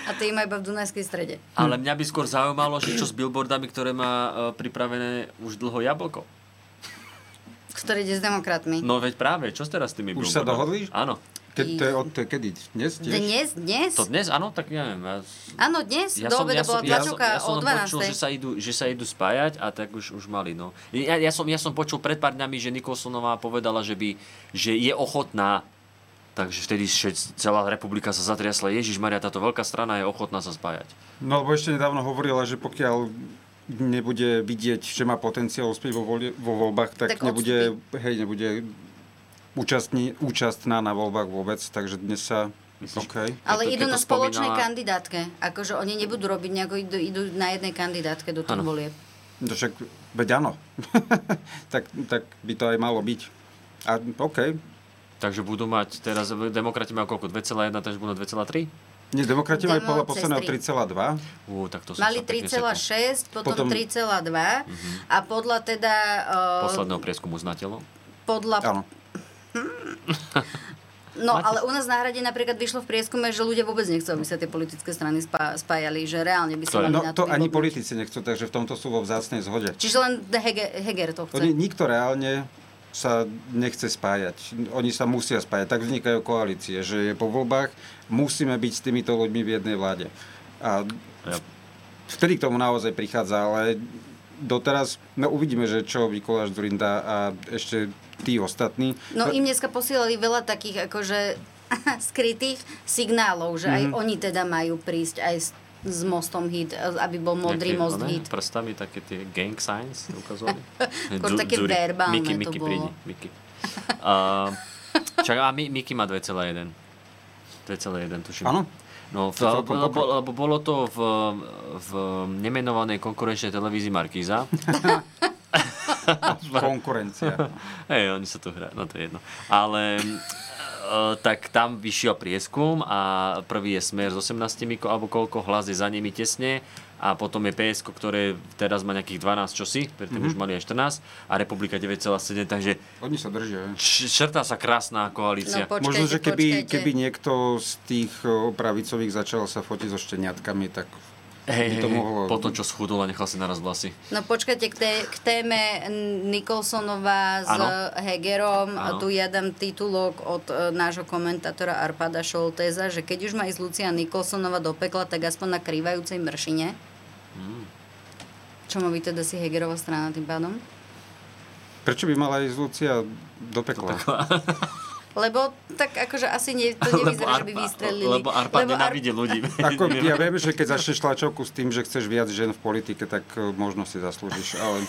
[SPEAKER 1] A ty má iba v Dunajskej strede.
[SPEAKER 2] Ale mňa by skôr zaujímalo, že čo s billboardami, ktoré má e, pripravené už dlho jablko.
[SPEAKER 1] Ktorý ide s demokratmi.
[SPEAKER 2] No veď práve, čo teraz s tými
[SPEAKER 3] Už sa
[SPEAKER 2] billboardami?
[SPEAKER 3] dohodli?
[SPEAKER 2] Áno.
[SPEAKER 3] Ke, to je od to je kedy? Dnes tiež?
[SPEAKER 1] Dnes, dnes.
[SPEAKER 2] To dnes, áno, tak ja neviem. Ja,
[SPEAKER 1] Áno, dnes,
[SPEAKER 2] ja
[SPEAKER 1] do obeda bola
[SPEAKER 2] ja som,
[SPEAKER 1] tlačovka
[SPEAKER 2] ja som
[SPEAKER 1] o
[SPEAKER 2] len počul, že
[SPEAKER 1] 12.
[SPEAKER 2] sa, idú, že sa idú spájať a tak už, už mali. No. Ja, ja, som, ja som počul pred pár dňami, že Nikolsonová povedala, že, by, že je ochotná Takže vtedy všet- celá republika sa zatriasla. Ježiš Maria, táto veľká strana je ochotná sa spájať.
[SPEAKER 3] No lebo ešte nedávno hovorila, že pokiaľ nebude vidieť, že má potenciál uspieť vo, voľ- vo voľbách,
[SPEAKER 1] Tak
[SPEAKER 3] tak, tak nebude, hej, nebude účastní, účastná na voľbách vôbec, takže dnes sa...
[SPEAKER 2] Myslíš-
[SPEAKER 3] OK.
[SPEAKER 1] Ale
[SPEAKER 2] Keď to-
[SPEAKER 1] idú
[SPEAKER 2] keď
[SPEAKER 1] na
[SPEAKER 2] to
[SPEAKER 1] spoločnej
[SPEAKER 2] spomínala-
[SPEAKER 1] kandidátke. Akože oni nebudú robiť nejako, idú, idú na jednej kandidátke do tých
[SPEAKER 2] Áno.
[SPEAKER 1] volieb.
[SPEAKER 3] No však, veď áno. (laughs) tak, tak by to aj malo byť. A OK.
[SPEAKER 2] Takže budú mať teraz, demokrati majú koľko? 2,1, takže budú 2,3?
[SPEAKER 3] Nie, demokrati majú
[SPEAKER 1] Demo
[SPEAKER 3] podľa posledného
[SPEAKER 1] cez
[SPEAKER 3] 3,2.
[SPEAKER 2] Ú, tak Mhm. to som
[SPEAKER 1] Mali
[SPEAKER 2] sa pekne
[SPEAKER 1] 3,6, potom,
[SPEAKER 3] Potom-
[SPEAKER 1] 3,2 a podľa teda...
[SPEAKER 2] sekol.
[SPEAKER 1] eh,
[SPEAKER 2] Posledného prieskumu znateľov.
[SPEAKER 1] podľa...
[SPEAKER 3] Áno.
[SPEAKER 1] No, ale u nás na hrade napríklad vyšlo v prieskume, že ľudia vôbec nechcú, aby sa tie politické strany spá, spájali, že reálne by sa
[SPEAKER 2] Ktoré?
[SPEAKER 1] mali
[SPEAKER 3] No
[SPEAKER 1] na
[SPEAKER 3] to ani
[SPEAKER 1] vyhodnúť.
[SPEAKER 3] politici nechcú, takže v tomto sú vo vzácnej zhode.
[SPEAKER 1] Čiže len Hege- Heger to chce.
[SPEAKER 3] Oni, nikto reálne sa nechce spájať. Oni sa musia spájať. Tak vznikajú koalície, že je po voľbách musíme byť s týmito ľuďmi v jednej vláde. A
[SPEAKER 2] Ja,
[SPEAKER 3] vtedy k tomu naozaj prichádza, ale doteraz, no uvidíme, že čo Mikuláš Durinda a ešte tí ostatní.
[SPEAKER 1] No im dneska posielali veľa takých akože (laughs) skrytých signálov, že
[SPEAKER 2] Mhm.
[SPEAKER 1] aj oni teda majú prísť aj s, s mostom hit, e, aby bol modrý
[SPEAKER 2] Nejaké,
[SPEAKER 1] most
[SPEAKER 2] oné,
[SPEAKER 1] hit.
[SPEAKER 2] Prstami také tie gang signs
[SPEAKER 1] (laughs)
[SPEAKER 2] ukazovali.
[SPEAKER 1] Skôr
[SPEAKER 2] Dzu-
[SPEAKER 1] také
[SPEAKER 2] Dzuri.
[SPEAKER 1] verbálne
[SPEAKER 2] Miki,
[SPEAKER 1] to
[SPEAKER 2] Miki,
[SPEAKER 1] bolo.
[SPEAKER 2] prídi, Miki. A, čak, a Mi- Miki má 2,1. 2,1 tuším.
[SPEAKER 3] Áno.
[SPEAKER 2] No, v,
[SPEAKER 3] To je celkom
[SPEAKER 2] lebo,
[SPEAKER 3] pokrok.
[SPEAKER 2] lebo bolo to v, v nemenovanej konkurenčnej televízii Markíza.
[SPEAKER 3] (laughs) Konkurencia.
[SPEAKER 2] (laughs) Hej, oni sa tu hrá, no to je jedno. Ale e, tak tam vyšiel prieskum a prvý je Smer s 18 ko- alebo koľko, hlas je za nimi tesne a potom je PSK, ktoré teraz má nejakých 12 čosi, predtým
[SPEAKER 3] Mhm.
[SPEAKER 2] mm-hmm. už mali aj 14 a Republika 9,7, takže
[SPEAKER 3] Oni sa držia.
[SPEAKER 2] č- črtá sa krásna koalícia.
[SPEAKER 1] No, po- Počkajte,
[SPEAKER 3] Možno, že keby,
[SPEAKER 1] počkajte.
[SPEAKER 3] keby niekto z tých o, pravicových začal sa fotiť so šteniatkami, tak by
[SPEAKER 2] hej, hej,
[SPEAKER 3] to
[SPEAKER 2] hej,
[SPEAKER 3] mohlo...
[SPEAKER 2] po tom, čo schudol a nechal si naraz vlasy.
[SPEAKER 1] No počkajte, k, té, k téme Nikolsonová s
[SPEAKER 2] Áno.
[SPEAKER 1] Hegerom,
[SPEAKER 2] Áno.
[SPEAKER 1] tu ja dám titulok od e, nášho komentátora Arpada Šoltéza, že keď už má ísť Lucia Nikolsonová do pekla, tak aspoň na krývajúcej mršine.
[SPEAKER 2] Mm.
[SPEAKER 1] Čo má byť teda si Hegerova strana tým pádom?
[SPEAKER 3] Prečo by mala ísť Lucia do pekla?
[SPEAKER 1] Lebo tak akože asi ne, to
[SPEAKER 2] Lebo
[SPEAKER 1] nevyzerá, že by
[SPEAKER 2] Arpa,
[SPEAKER 1] vystrelili.
[SPEAKER 2] lebo Arpa
[SPEAKER 1] Lebo Ar-
[SPEAKER 2] nenávidí
[SPEAKER 1] (laughs)
[SPEAKER 2] ľudí.
[SPEAKER 3] Ako, ja viem, že keď začneš tlačovku s tým, že chceš viac žien v politike, tak e, možno si zaslúžiš, ale...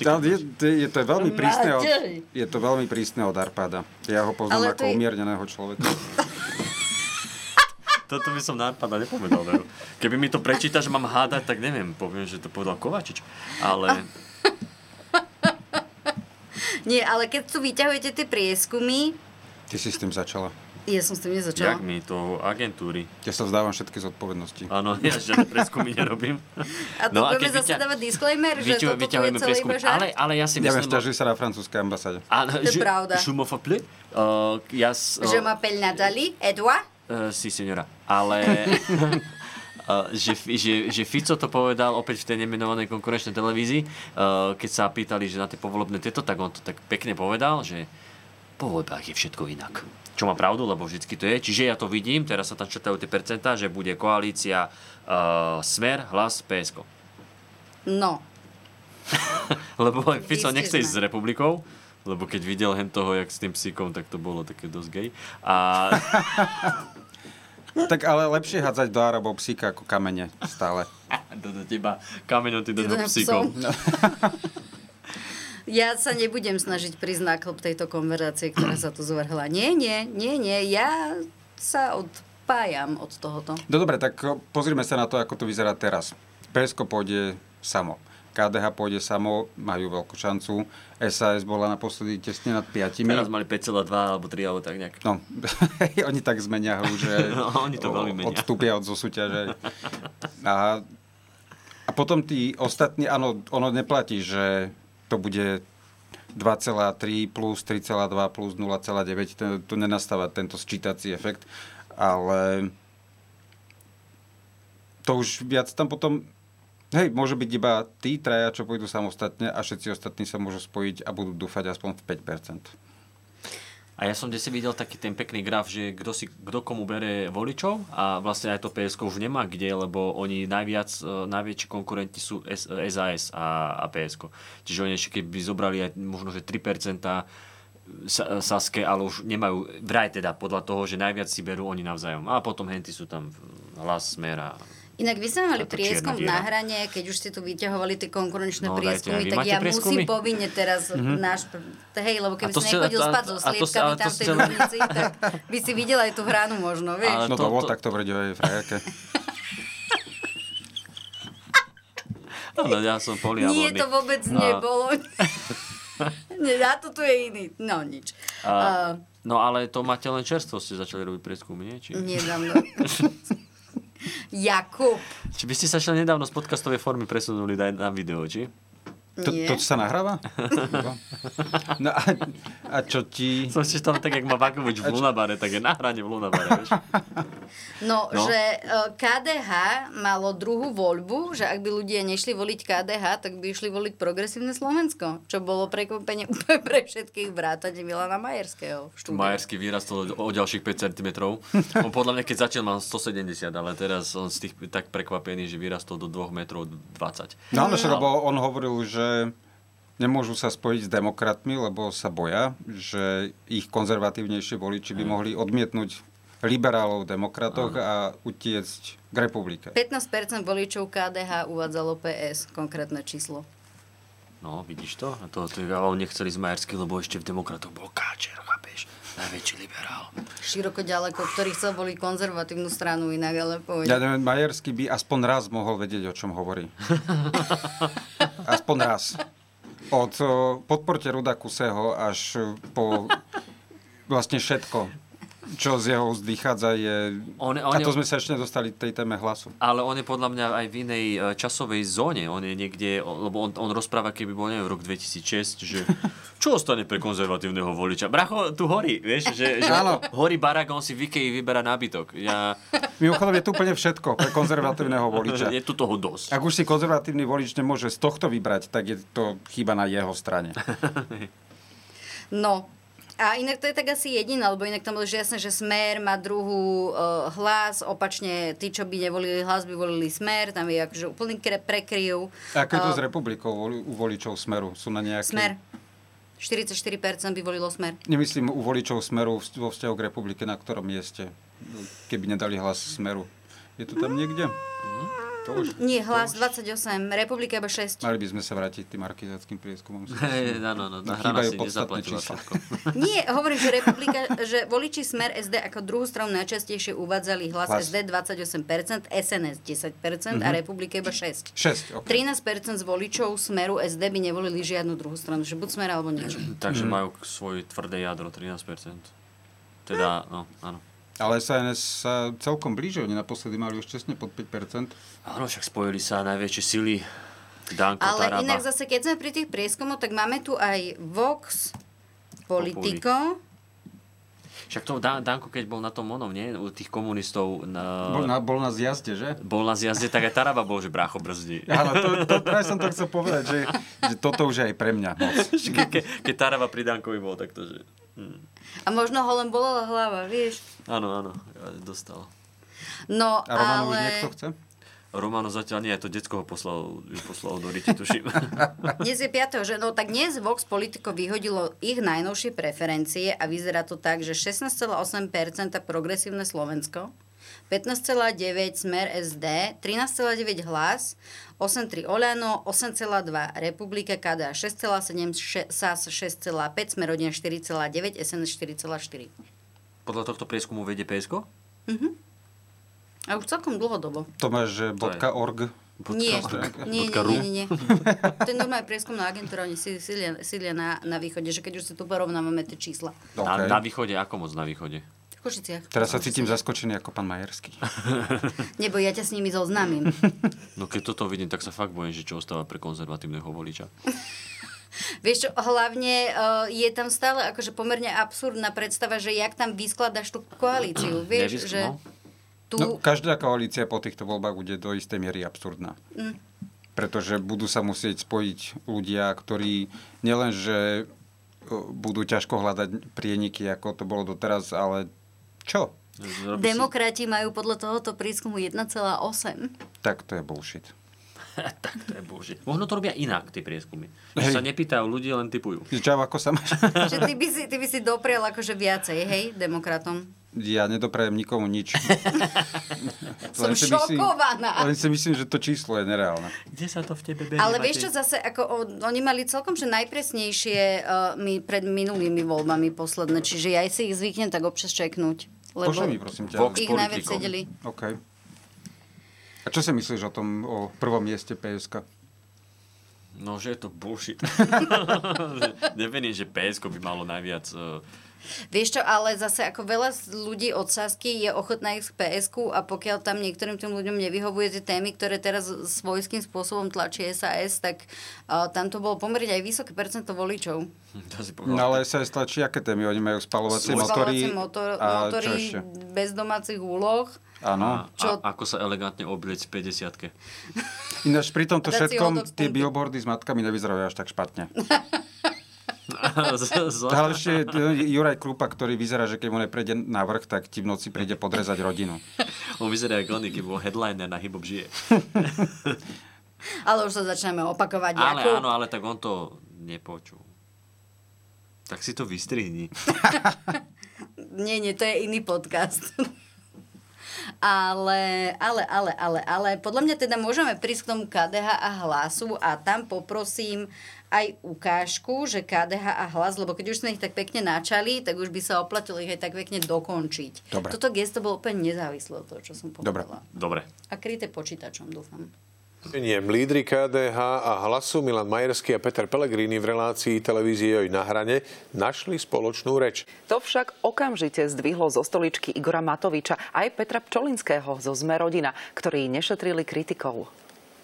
[SPEAKER 3] Tam je, je, je, to veľmi prísne od,
[SPEAKER 1] Matej!
[SPEAKER 3] je to veľmi prísne od Arpada. Ja ho
[SPEAKER 1] Ale
[SPEAKER 3] poznám
[SPEAKER 1] to
[SPEAKER 3] ako
[SPEAKER 1] je-
[SPEAKER 3] umierneného človeka.
[SPEAKER 2] Toto by som nápada nepovedal. Veru. Keby mi to prečítaš, mám hádať, tak neviem, poviem, že to povedal Kovačič. Ale
[SPEAKER 1] Nie, ale keď tu vyťahujete tie prieskumy,
[SPEAKER 3] Ty si s tým začala.
[SPEAKER 1] ja som s tým nezačala.
[SPEAKER 2] jak mi to agentúry.
[SPEAKER 3] Ja sa vzdávam všetky zodpovednosti.
[SPEAKER 2] Áno, ja žiadne preskumy nerobím.
[SPEAKER 1] A tu no, budeme zase dávať disclaimer, že
[SPEAKER 2] vyťa-
[SPEAKER 1] toto tu je
[SPEAKER 2] vyťahujeme
[SPEAKER 1] celé
[SPEAKER 2] prieskumy.
[SPEAKER 1] iba žart.
[SPEAKER 2] Ale, ale ja si
[SPEAKER 3] Ja viem,
[SPEAKER 2] myslím... no-
[SPEAKER 3] stiažuj sa na francúzskej ambasáde.
[SPEAKER 2] Áno,
[SPEAKER 1] To je pravda.
[SPEAKER 2] Je m'offre Uh, ja s,
[SPEAKER 1] Že ma peľ Natali, Edua.
[SPEAKER 2] Uh, si, senora. Ale... Uh, že, Fi- že, že Fico to povedal opäť v tej nemenovanej konkurenčnej televízii, uh, keď sa pýtali, že na tie povolebné tieto, tak on to tak pekne povedal, že po voľbách je všetko inak. Čo má pravdu, lebo vždycky to je. Čiže ja to vidím, teraz sa tam črtajú tie percentá, že bude koalícia uh, Smer, Hlas, PSK.
[SPEAKER 1] No,
[SPEAKER 2] Lebo aj Fico
[SPEAKER 1] Výstižné.
[SPEAKER 2] nechce ísť s republikou, lebo keď videl hen toho, jak s tým psíkom, tak to bolo také dosť gej. A (laughs)
[SPEAKER 3] Tak ale lepšie hádzať do Arabov psíka ako kamene stále.
[SPEAKER 2] do, do teba kameňom ty do
[SPEAKER 1] Ty do
[SPEAKER 2] toho
[SPEAKER 1] psov.
[SPEAKER 2] psíkov.
[SPEAKER 1] (laughs) ja sa nebudem snažiť prísť na klop tejto konverzácie, ktorá sa tu zvrhla. Nie, nie, nie, nie, ja sa odpájam od tohoto.
[SPEAKER 3] eh, No dobre, tak o, pozrime sa na to, ako to vyzerá teraz. PSK pôjde samo. KDH pôjde samo, majú veľkú šancu. SAS bola naposledy tesne nad 5.
[SPEAKER 2] Teraz mali 5,2 alebo 3 alebo tak nejak.
[SPEAKER 3] No, (laughs) oni tak zmenia hru, že
[SPEAKER 2] (laughs) No, oni to veľmi menia.
[SPEAKER 3] odstúpia od zosúťaže. A, a potom tí ostatní, áno, ono neplatí, že to bude 2,3 plus 3,2 plus 0,9, ten- tu nenastáva tento sčítací efekt, ale to už viac tam potom, hej, môže byť iba tí traja, čo pôjdu samostatne a všetci ostatní sa môžu spojiť a budú dúfať aspoň v 5%.
[SPEAKER 2] A ja som desi videl taký ten pekný graf, že kto, si, kto komu bere voličov a vlastne aj to PSK už nemá kde, lebo oni najviac, e, najväčší konkurenti sú S, e, SAS a, a PSK. Čiže oni ešte keby zobrali aj možno, že 3% Sa- Saske, ale už nemajú, vraj teda podľa toho, že najviac si berú oni navzájom. A potom henty sú tam hlas, smera.
[SPEAKER 1] Inak vy sme mali
[SPEAKER 2] Táto čierna
[SPEAKER 1] prieskum v
[SPEAKER 2] diera.
[SPEAKER 1] náhrane, keď už ste tu vyťahovali tie konkurenčné
[SPEAKER 2] No, dajte, a
[SPEAKER 1] prieskumy,
[SPEAKER 2] vy
[SPEAKER 1] tak
[SPEAKER 2] máte
[SPEAKER 1] ja
[SPEAKER 2] prieskumy? Mhm.
[SPEAKER 1] musím povinne teraz náš... Hej, lebo
[SPEAKER 2] A
[SPEAKER 1] keby
[SPEAKER 2] to
[SPEAKER 1] si
[SPEAKER 2] ste-
[SPEAKER 1] nechodil
[SPEAKER 2] a to-
[SPEAKER 1] spať so
[SPEAKER 2] a to ste-
[SPEAKER 1] sliepkami
[SPEAKER 2] ale to
[SPEAKER 1] tam v tej
[SPEAKER 2] ste-
[SPEAKER 1] dunici, tak by si videl aj tú hranu možno, vieš.
[SPEAKER 2] Ale
[SPEAKER 3] No to,
[SPEAKER 2] to-
[SPEAKER 3] to bolo
[SPEAKER 2] to-
[SPEAKER 3] takto v reďovej frajerke.
[SPEAKER 2] Áno, ja som
[SPEAKER 1] Nie,
[SPEAKER 2] poliavorný.
[SPEAKER 1] to vôbec
[SPEAKER 2] No a- (laughs)
[SPEAKER 1] nebolo. Nie, na to tu je iný. No nič.
[SPEAKER 2] A,
[SPEAKER 1] Uh,
[SPEAKER 2] no ale to máte len čerstvo, ste začali robiť prieskumy, nie? Či,
[SPEAKER 1] nie za
[SPEAKER 2] (laughs)
[SPEAKER 1] mnou. Jakub.
[SPEAKER 2] či by ste sa šli nedávno z podcastovej formy presunuli na, na video, či?
[SPEAKER 3] To,
[SPEAKER 1] Nie.
[SPEAKER 3] to sa nahráva? No a, a čo ti...
[SPEAKER 2] Som si tam tak, jak má Vakovič v Lunabare, tak je na hrane v Lunabare, vieš?
[SPEAKER 1] No,
[SPEAKER 2] No.
[SPEAKER 1] no, že e, KDH malo druhú voľbu, že ak by ľudia nešli voliť KDH, tak by išli voliť progresívne Slovensko, čo bolo prekvapenie (laughs) úplne pre všetkých vrátane Milana Majerského v štúdiu.
[SPEAKER 2] Majerský vyrastol o ďalších 5 cm. On podľa mňa, keď začal, mal 170, ale teraz som z tých tak prekvapený, že vyrastol do 2 metrov 20.
[SPEAKER 3] No ale však, lebo on hovoril, že nemôžu sa spojiť s demokratmi, lebo sa boja, že ich konzervatívnejšie voliči by mohli odmietnúť liberálov demokratoch a utiecť k republike.
[SPEAKER 1] 15% voličov KDH uvádzalo PS, konkrétne číslo.
[SPEAKER 2] No, vidíš to? A to, to ale nechceli z Majerský, lebo ešte v demokratoch bol Káčer, chápeš? Najväčší liberál.
[SPEAKER 1] Široko ďaleko, ktorý chcel voliť konzervatívnu stranu inak, ale
[SPEAKER 3] Ja
[SPEAKER 1] povedal.
[SPEAKER 3] neviem, Majersky by aspoň raz mohol vedieť, o čom hovorí. aspoň raz. Od o, podporte Ruda Kuseho až po vlastne všetko, čo z jeho úst vychádza, je...
[SPEAKER 2] On- on-
[SPEAKER 3] a to sme sa ešte nedostali k tej téme hlasu.
[SPEAKER 2] Ale on je podľa mňa aj v inej e, časovej zóne. On je niekde, o- lebo on, on rozpráva, keby bol neviem, rok 2006,
[SPEAKER 3] (laughs)
[SPEAKER 2] že čo ostane pre konzervatívneho voliča? Bracho, tu horí, vieš, že, že
[SPEAKER 3] Áno.
[SPEAKER 2] horí barak, on si v Ikei vyberá nábytok. Ja,
[SPEAKER 3] Mimochodom je tu úplne všetko pre konzervatívneho voliča.
[SPEAKER 2] je tu toho dosť.
[SPEAKER 3] Ak už si konzervatívny volič nemôže z tohto vybrať, tak je to chyba na jeho strane.
[SPEAKER 1] No, a inak to je tak asi jediná, lebo inak tam bolo, že jasné, že Smer má druhú e, hlas, opačne tí, čo by nevolili hlas, by volili Smer, tam je akože úplný kre- prekryv.
[SPEAKER 3] Ako je to
[SPEAKER 1] A-
[SPEAKER 3] s republikou voli- u voličov Smeru? Sú na nejaký...
[SPEAKER 1] Smer. 44% by volilo Smer.
[SPEAKER 3] Nemyslím u voličov Smeru v- vo vzťahu k republike, na ktorom mieste, keby nedali hlas Smeru. Je to tam niekde? To už.
[SPEAKER 1] Nie, hlas 28, republika iba 6.
[SPEAKER 3] Mali by sme sa vrátiť k tým arkizáckým prieskumom.
[SPEAKER 2] (laughs) Hej, áno, no,
[SPEAKER 3] No,
[SPEAKER 2] tá hrana
[SPEAKER 3] chýbajú
[SPEAKER 2] si
[SPEAKER 3] podstatné
[SPEAKER 2] nezaplatila
[SPEAKER 3] čísla. (laughs)
[SPEAKER 2] všetko.
[SPEAKER 1] (laughs) Nie, hovorím, že republika, že voliči Smer SD ako druhú stranu najčastejšie uvádzali hlas,
[SPEAKER 3] Hlas. Mhm.
[SPEAKER 1] SD 28%, SNS 10% a republika iba 6.
[SPEAKER 3] 6, ok.
[SPEAKER 1] 13% z voličov Smeru SD by nevolili žiadnu druhú stranu, že buď Smer alebo nič.
[SPEAKER 2] Takže
[SPEAKER 3] Mm.
[SPEAKER 2] majú k- svoje tvrdé jadro, 13%. Teda, no, áno.
[SPEAKER 3] Ale SNS sa celkom blíži, oni naposledy mali už česne pod 5%.
[SPEAKER 2] Áno, však spojili sa najväčšie sily. Danko, Taraba.
[SPEAKER 1] Ale inak zase, keď sme pri tých prieskumoch, tak máme tu aj Vox, Politico,
[SPEAKER 2] Však to Dan- Danko, keď bol na tom onom, nie? U tých komunistov e, na...
[SPEAKER 3] Bol na, bol na zjazde, že?
[SPEAKER 2] bol na zjazde, tak aj Taraba bol, že brácho
[SPEAKER 3] (laughs)
[SPEAKER 2] brzdí.
[SPEAKER 3] Áno, to, to, práve som to chcel povedať, že, že toto už je aj pre mňa moc.
[SPEAKER 2] Ke, ke, keď Taraba pri Dankovi bol, tak to, že...
[SPEAKER 1] a možno ho len bolela hlava, vieš.
[SPEAKER 2] Áno, áno, dostal.
[SPEAKER 1] No,
[SPEAKER 3] A Romanovi
[SPEAKER 1] ale...
[SPEAKER 3] niekto (laughs) chce?
[SPEAKER 2] Romano zatiaľ nie, to decko ho poslal, ju poslal do Riti, tuším.
[SPEAKER 1] Dnes je 5. že no tak dnes Vox Politico vyhodilo ich najnovšie preferencie a vyzerá to tak, že 16,8% progresívne Slovensko, 15,9 Smer SD, 13,9 Hlas, 8,3 Oľano, 8,2 Republika KDA 6,7, še- SAS 6,5, Smerodina 4,9, SNS 4,4.
[SPEAKER 2] Podľa tohto prieskumu vedie PSK?
[SPEAKER 1] A už celkom dlhodobo.
[SPEAKER 3] Tomáš, že
[SPEAKER 2] To je.
[SPEAKER 3] .org.
[SPEAKER 1] Nie, nie,
[SPEAKER 2] Bodka ru.
[SPEAKER 1] nie, nie, nie. To je normálne prieskumná agentúra, oni si- sídlia, sídlia na, na východe, že keď už si tu porovnávame tie čísla.
[SPEAKER 3] OK.
[SPEAKER 2] Na, na východe, ako moc na východe?
[SPEAKER 1] V Košiciach.
[SPEAKER 3] Teraz sa cítim zaskočený ako pán Majerský.
[SPEAKER 1] Nebo ja ťa s nimi zoznámim.
[SPEAKER 2] No keď toto vidím, tak sa fakt bojím, že čo ostáva pre konzervatívneho voliča.
[SPEAKER 1] Vieš čo, hlavne uh, je tam stále akože pomerne absurdná predstava, že jak tam vyskladaš tú koalíciu. Vieš,
[SPEAKER 2] Nevys-
[SPEAKER 1] že
[SPEAKER 2] no.
[SPEAKER 1] tu...
[SPEAKER 3] No, každá koalícia po týchto voľbách bude do istej miery absurdná.
[SPEAKER 1] Mm.
[SPEAKER 3] Pretože budú sa musieť spojiť ľudia, ktorí nielenže e, budú ťažko hľadať prieniky, ako to bolo doteraz, ale čo?
[SPEAKER 2] Zrobí si-
[SPEAKER 1] Demokrati majú podľa tohoto prískumu 1,8.
[SPEAKER 3] Tak to je bullshit.
[SPEAKER 2] tak to je bože. Možno to robia inak, tie prieskumy.
[SPEAKER 3] Hej.
[SPEAKER 2] Že sa nepýtajú ľudí, len typujú.
[SPEAKER 3] Čau, ako sa máš? (laughs)
[SPEAKER 1] Že ty by si, ty by si doprial akože viacej, hej, demokratom.
[SPEAKER 3] Ja nedoprajem nikomu nič.
[SPEAKER 1] (laughs) Som
[SPEAKER 3] si myslím-
[SPEAKER 1] šokovaná.
[SPEAKER 3] Len si myslím, že to číslo je nereálne.
[SPEAKER 2] Kde sa to v tebe berie?
[SPEAKER 1] Ale vieš čo zase, ako on, oni mali celkom, že najpresnejšie uh, mi, pred minulými voľbami posledné, čiže ja si ich zvyknem tak občas čeknúť. Lebo
[SPEAKER 3] Pošli mi, prosím ťa.
[SPEAKER 2] Vox
[SPEAKER 1] ich najviac
[SPEAKER 2] politikom.
[SPEAKER 1] sedeli.
[SPEAKER 3] OK. A čo si myslíš o tom, o prvom mieste PSK?
[SPEAKER 2] No, že je to
[SPEAKER 3] (laughs)
[SPEAKER 2] bullshit. Neverím, že PSK by malo najviac... eh,
[SPEAKER 1] Vieš čo, ale zase ako veľa z- ľudí od Sasky je ochotná ísť k psk a pokiaľ tam niektorým tým ľuďom nevyhovuje tie témy, ktoré teraz svojským spôsobom tlačí SAS, tak uh, tam to bolo pomerne aj vysoké percento voličov.
[SPEAKER 2] To si povedal.
[SPEAKER 3] No ale sa aj stlačí, aké témy? Oni majú spalovacie motory.
[SPEAKER 1] Spalovacie motor,
[SPEAKER 3] a čo
[SPEAKER 1] motory
[SPEAKER 3] ešte?
[SPEAKER 1] bez domácich úloh.
[SPEAKER 3] Áno.
[SPEAKER 2] A,
[SPEAKER 1] Čo-
[SPEAKER 2] a, ako sa elegantne oblieť v 50
[SPEAKER 3] Ináč pri
[SPEAKER 1] A
[SPEAKER 3] tomto
[SPEAKER 1] dať si hot
[SPEAKER 3] všetkom
[SPEAKER 1] dog z
[SPEAKER 3] tie
[SPEAKER 1] Punty.
[SPEAKER 3] billboardy s matkami nevyzerajú až tak špatne.
[SPEAKER 2] z, z,
[SPEAKER 3] Ale ešte je t- Juraj Krupa, ktorý vyzerá, že keď mu neprejde na vrch, tak ti v noci príde podrezať rodinu.
[SPEAKER 2] On vyzerá ako oný, keď bol headliner na Hip Hop žije.
[SPEAKER 1] Ale už sa začneme opakovať.
[SPEAKER 2] Ale
[SPEAKER 1] Jakub.
[SPEAKER 2] áno, ale tak on to nepočul. Tak si to vystrihni.
[SPEAKER 1] Nie, nie, to je iný podcast. (laughs) Ale, ale, ale, ale, ale podľa mňa teda môžeme prísť k tomu KDH a hlasu a tam poprosím aj ukážku, že KDH a hlas, lebo keď už sme ich tak pekne načali, tak už by sa oplatilo ich aj tak pekne dokončiť.
[SPEAKER 3] Dobre.
[SPEAKER 1] Toto gesto bolo úplne nezávislé od toho, čo som
[SPEAKER 3] Dobre.
[SPEAKER 1] povedala.
[SPEAKER 2] Dobre.
[SPEAKER 1] A kryté počítačom, dúfam.
[SPEAKER 9] Zmeniem lídry KDH a hlasu Milan Majerský a Peter Pellegrini v relácii televízie Joj na hrane našli spoločnú reč.
[SPEAKER 10] To však okamžite zdvihlo zo stoličky Igora Matoviča aj Petra Pčolinského zo Sme rodina, ktorí nešetrili kritikov.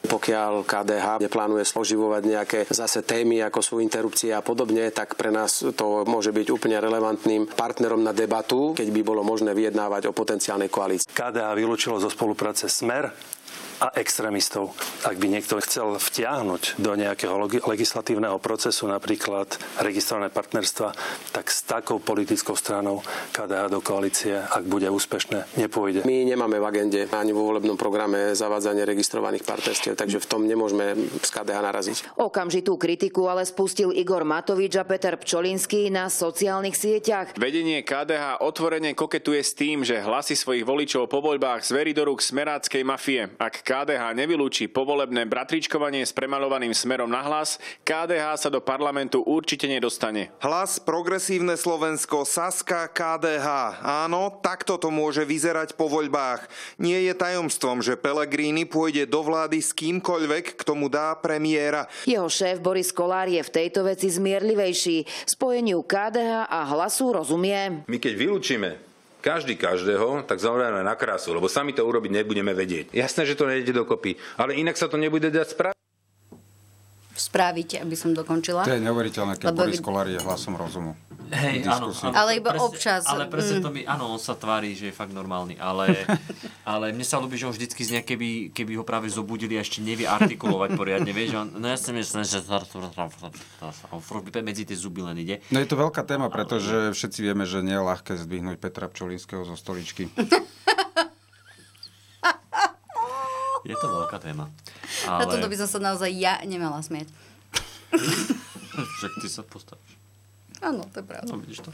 [SPEAKER 11] Pokiaľ KDH neplánuje oživovať nejaké zase témy, ako sú interrupcie a podobne, tak pre nás to môže byť úplne relevantným partnerom na debatu, keď by bolo možné vyjednávať o potenciálnej koalícii.
[SPEAKER 10] KDH vylúčilo zo spolupráce Smer a extrémistov. Ak by niekto chcel vtiahnuť do nejakého logi- legislatívneho procesu napríklad registrované partnerstva, tak s takou politickou stranou KDH do koalície, ak bude úspešné, nepôjde.
[SPEAKER 11] My nemáme v agende ani vo volebnom programe zavádzanie registrovaných partnerstiev, takže v tom nemôžeme z KDH naraziť.
[SPEAKER 10] Okamžitú kritiku ale spustil Igor Matovič a Peter Pčolinský na sociálnych sieťach.
[SPEAKER 5] Vedenie KDH otvorene koketuje s tým, že hlasy svojich voličov po voľbách zverí do rúk smeráckej mafie. Ak KDH nevylúči povolebné bratričkovanie s premalovaným smerom na hlas, KDH sa do parlamentu určite nedostane.
[SPEAKER 10] Hlas Progresívne Slovensko, Saska, KDH. Áno, takto to môže vyzerať po voľbách. Nie je tajomstvom, že Pellegrini pôjde do vlády s kýmkoľvek, k tomu dá premiéra. Jeho šéf Boris Kolár je v tejto veci zmierlivejší. Spojeniu KDH a hlasu rozumie.
[SPEAKER 5] My keď vylúčime každý každého, tak zomrieme na krásu, lebo sami to urobiť nebudeme vedieť. Jasné, že to nejde dokopy, ale inak sa to nebude dať spraviť.
[SPEAKER 1] Správite, aby som dokončila.
[SPEAKER 3] To je neuveriteľné, keď
[SPEAKER 1] Lebo
[SPEAKER 3] Boris
[SPEAKER 1] vy-
[SPEAKER 3] Kolár je hlasom rozumu.
[SPEAKER 2] Hej, áno, áno.
[SPEAKER 1] Ale iba
[SPEAKER 2] presne,
[SPEAKER 1] občas,
[SPEAKER 2] Ale presne
[SPEAKER 1] mm.
[SPEAKER 2] to mi, áno, on sa tvári, že je fakt normálny,
[SPEAKER 1] (laughs)
[SPEAKER 2] ale, ale mne sa ľúbi, že on vždycky z keby, keby ho práve zobudili a ešte nevie artikulovať poriadne, vieš, že on, no ja si myslím, že on furt medzi tie zuby len ide.
[SPEAKER 3] No je to veľká téma, pretože všetci vieme, že nie je ľahké zdvihnúť Petra Pčolinského zo stoličky.
[SPEAKER 2] Je to veľká téma.
[SPEAKER 1] Na tomto by
[SPEAKER 2] Ale
[SPEAKER 1] som sa naozaj ja nemala smieť.
[SPEAKER 2] (laughs) však ty sa postavíš.
[SPEAKER 1] Áno, to je pravda.
[SPEAKER 2] No, vidíš to.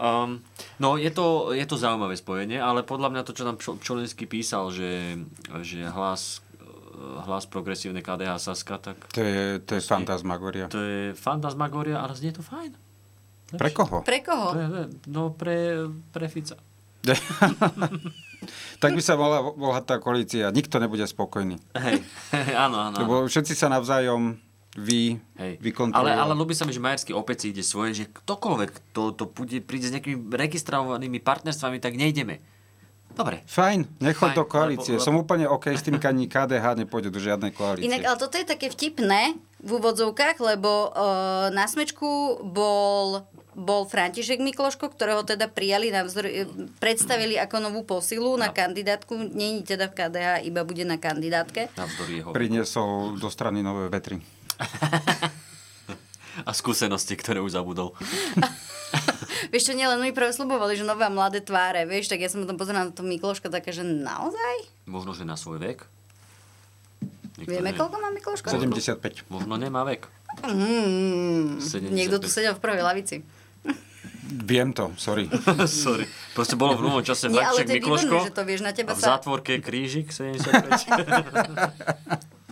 [SPEAKER 2] Um, no, je to, je to zaujímavé spojenie, ale podľa mňa to, čo tam Pčo- Pčolinský písal, že, že hlas, eh, hlas progresívne KDH Saska, tak
[SPEAKER 3] To je, to je fantasmagoria.
[SPEAKER 2] to je fantasmagória, ale znie to fajn.
[SPEAKER 3] Pre koho?
[SPEAKER 1] Pre koho?
[SPEAKER 2] Pre, no, pre, pre Fica.
[SPEAKER 3] tak by sa mala volať tá koalícia. Nikto nebude spokojný.
[SPEAKER 2] Hej, (laughs) áno, áno.
[SPEAKER 3] Lebo všetci sa navzájom vy,
[SPEAKER 2] No. Hej. Ale,
[SPEAKER 3] vykontrolujú.
[SPEAKER 2] ale ľúbi sa mi, že Majersky opäť si ide svoje, že ktokoľvek to, to bude, príde s nejakými registrovanými partnerstvami, tak nejdeme. Dobre.
[SPEAKER 3] Fajn, nechoď
[SPEAKER 2] Fajn,
[SPEAKER 3] do koalície.
[SPEAKER 2] lebo-
[SPEAKER 3] Som úplne OK s tým, keď ani KDH nepôjde do žiadnej koalície.
[SPEAKER 1] Inak, ale toto je také vtipné v úvodzovkách, lebo e, na smečku bol, bol František Mikloško, ktorého teda prijali, navzdor, e, predstavili ako novú posilu
[SPEAKER 2] No.
[SPEAKER 1] na kandidátku. Není teda v KDH, iba bude na kandidátke.
[SPEAKER 2] Navzdory jeho
[SPEAKER 3] Priniesol do strany nové vetry.
[SPEAKER 2] a skúsenosti, ktoré už zabudol.
[SPEAKER 1] Vieš čo, nie, len mi práve slubovali, že nové a mladé tváre, vieš, tak ja som potom pozerala na to Mikloška také, že naozaj?
[SPEAKER 2] Možno, že na svoj vek. Nikto
[SPEAKER 1] Vieme,
[SPEAKER 2] nevie.
[SPEAKER 1] koľko má Mikloško?
[SPEAKER 3] 75.
[SPEAKER 2] Možno nemá vek. (laughs)
[SPEAKER 1] Mm,
[SPEAKER 2] 75.
[SPEAKER 1] niekto tu sedel v prvej lavici.
[SPEAKER 3] Viem to, sorry.
[SPEAKER 2] Sorry. Proste bolo v novom čase
[SPEAKER 1] Nie, ale to je
[SPEAKER 2] František
[SPEAKER 1] výborné,
[SPEAKER 2] Mikloško
[SPEAKER 1] že to vieš, na
[SPEAKER 2] a
[SPEAKER 1] teba
[SPEAKER 2] v
[SPEAKER 1] sa...
[SPEAKER 2] zátvorke krížik 75.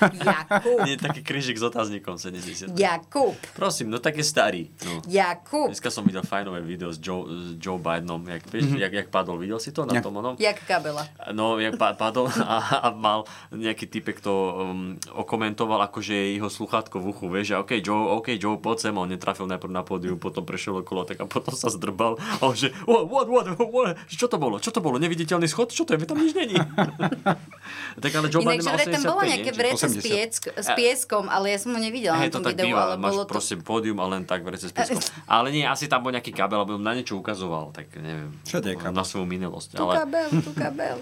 [SPEAKER 1] Jakub,
[SPEAKER 2] (laughs) Nie, taký krížik s otáznikom 70.
[SPEAKER 1] Jakub,
[SPEAKER 2] Prosím, no tak je starý. No.
[SPEAKER 1] Jakub,
[SPEAKER 2] Dneska som videl fajnové video s Joe, s Joe Bidenom, jak, vieš, jak, jak padol. Videl si to
[SPEAKER 3] Nie.
[SPEAKER 2] na tom onom?
[SPEAKER 1] jak kabela.
[SPEAKER 2] No, jak pa- padol (laughs) a, a mal nejaký typek to um, okomentoval, akože je jeho sluchátko v uchu, vieš, a OK, Joe, OK, Joe, poď sem, a on netrafil najprv na pódium, potom prešiel okolo, tak a potom sa zdrbal a on že, what, what, what, what, čo to bolo, čo to bolo, neviditeľný schod, čo to je, tam nič není. tak ale Joe
[SPEAKER 1] Inak, že
[SPEAKER 2] Biden má
[SPEAKER 1] vraj
[SPEAKER 2] 85,
[SPEAKER 1] tam bolo nejaké
[SPEAKER 2] nie?
[SPEAKER 1] vrece s,
[SPEAKER 3] 80.
[SPEAKER 1] pieck, s pieskom, ale ja som ho nevidela
[SPEAKER 2] Hej,
[SPEAKER 1] na
[SPEAKER 2] to
[SPEAKER 1] tom
[SPEAKER 2] tak
[SPEAKER 1] videu,
[SPEAKER 2] býva,
[SPEAKER 1] ale
[SPEAKER 2] máš
[SPEAKER 1] bolo to...
[SPEAKER 2] prosím pódium a len tak vrece s pískom. (laughs) Ale nie, asi tam bol nejaký kabel, alebo na niečo ukazoval, tak neviem.
[SPEAKER 3] Čo to je kabel?
[SPEAKER 2] Na svoju minulosť.
[SPEAKER 1] (laughs) Tu
[SPEAKER 2] Ale...
[SPEAKER 1] kabel, tu kabel.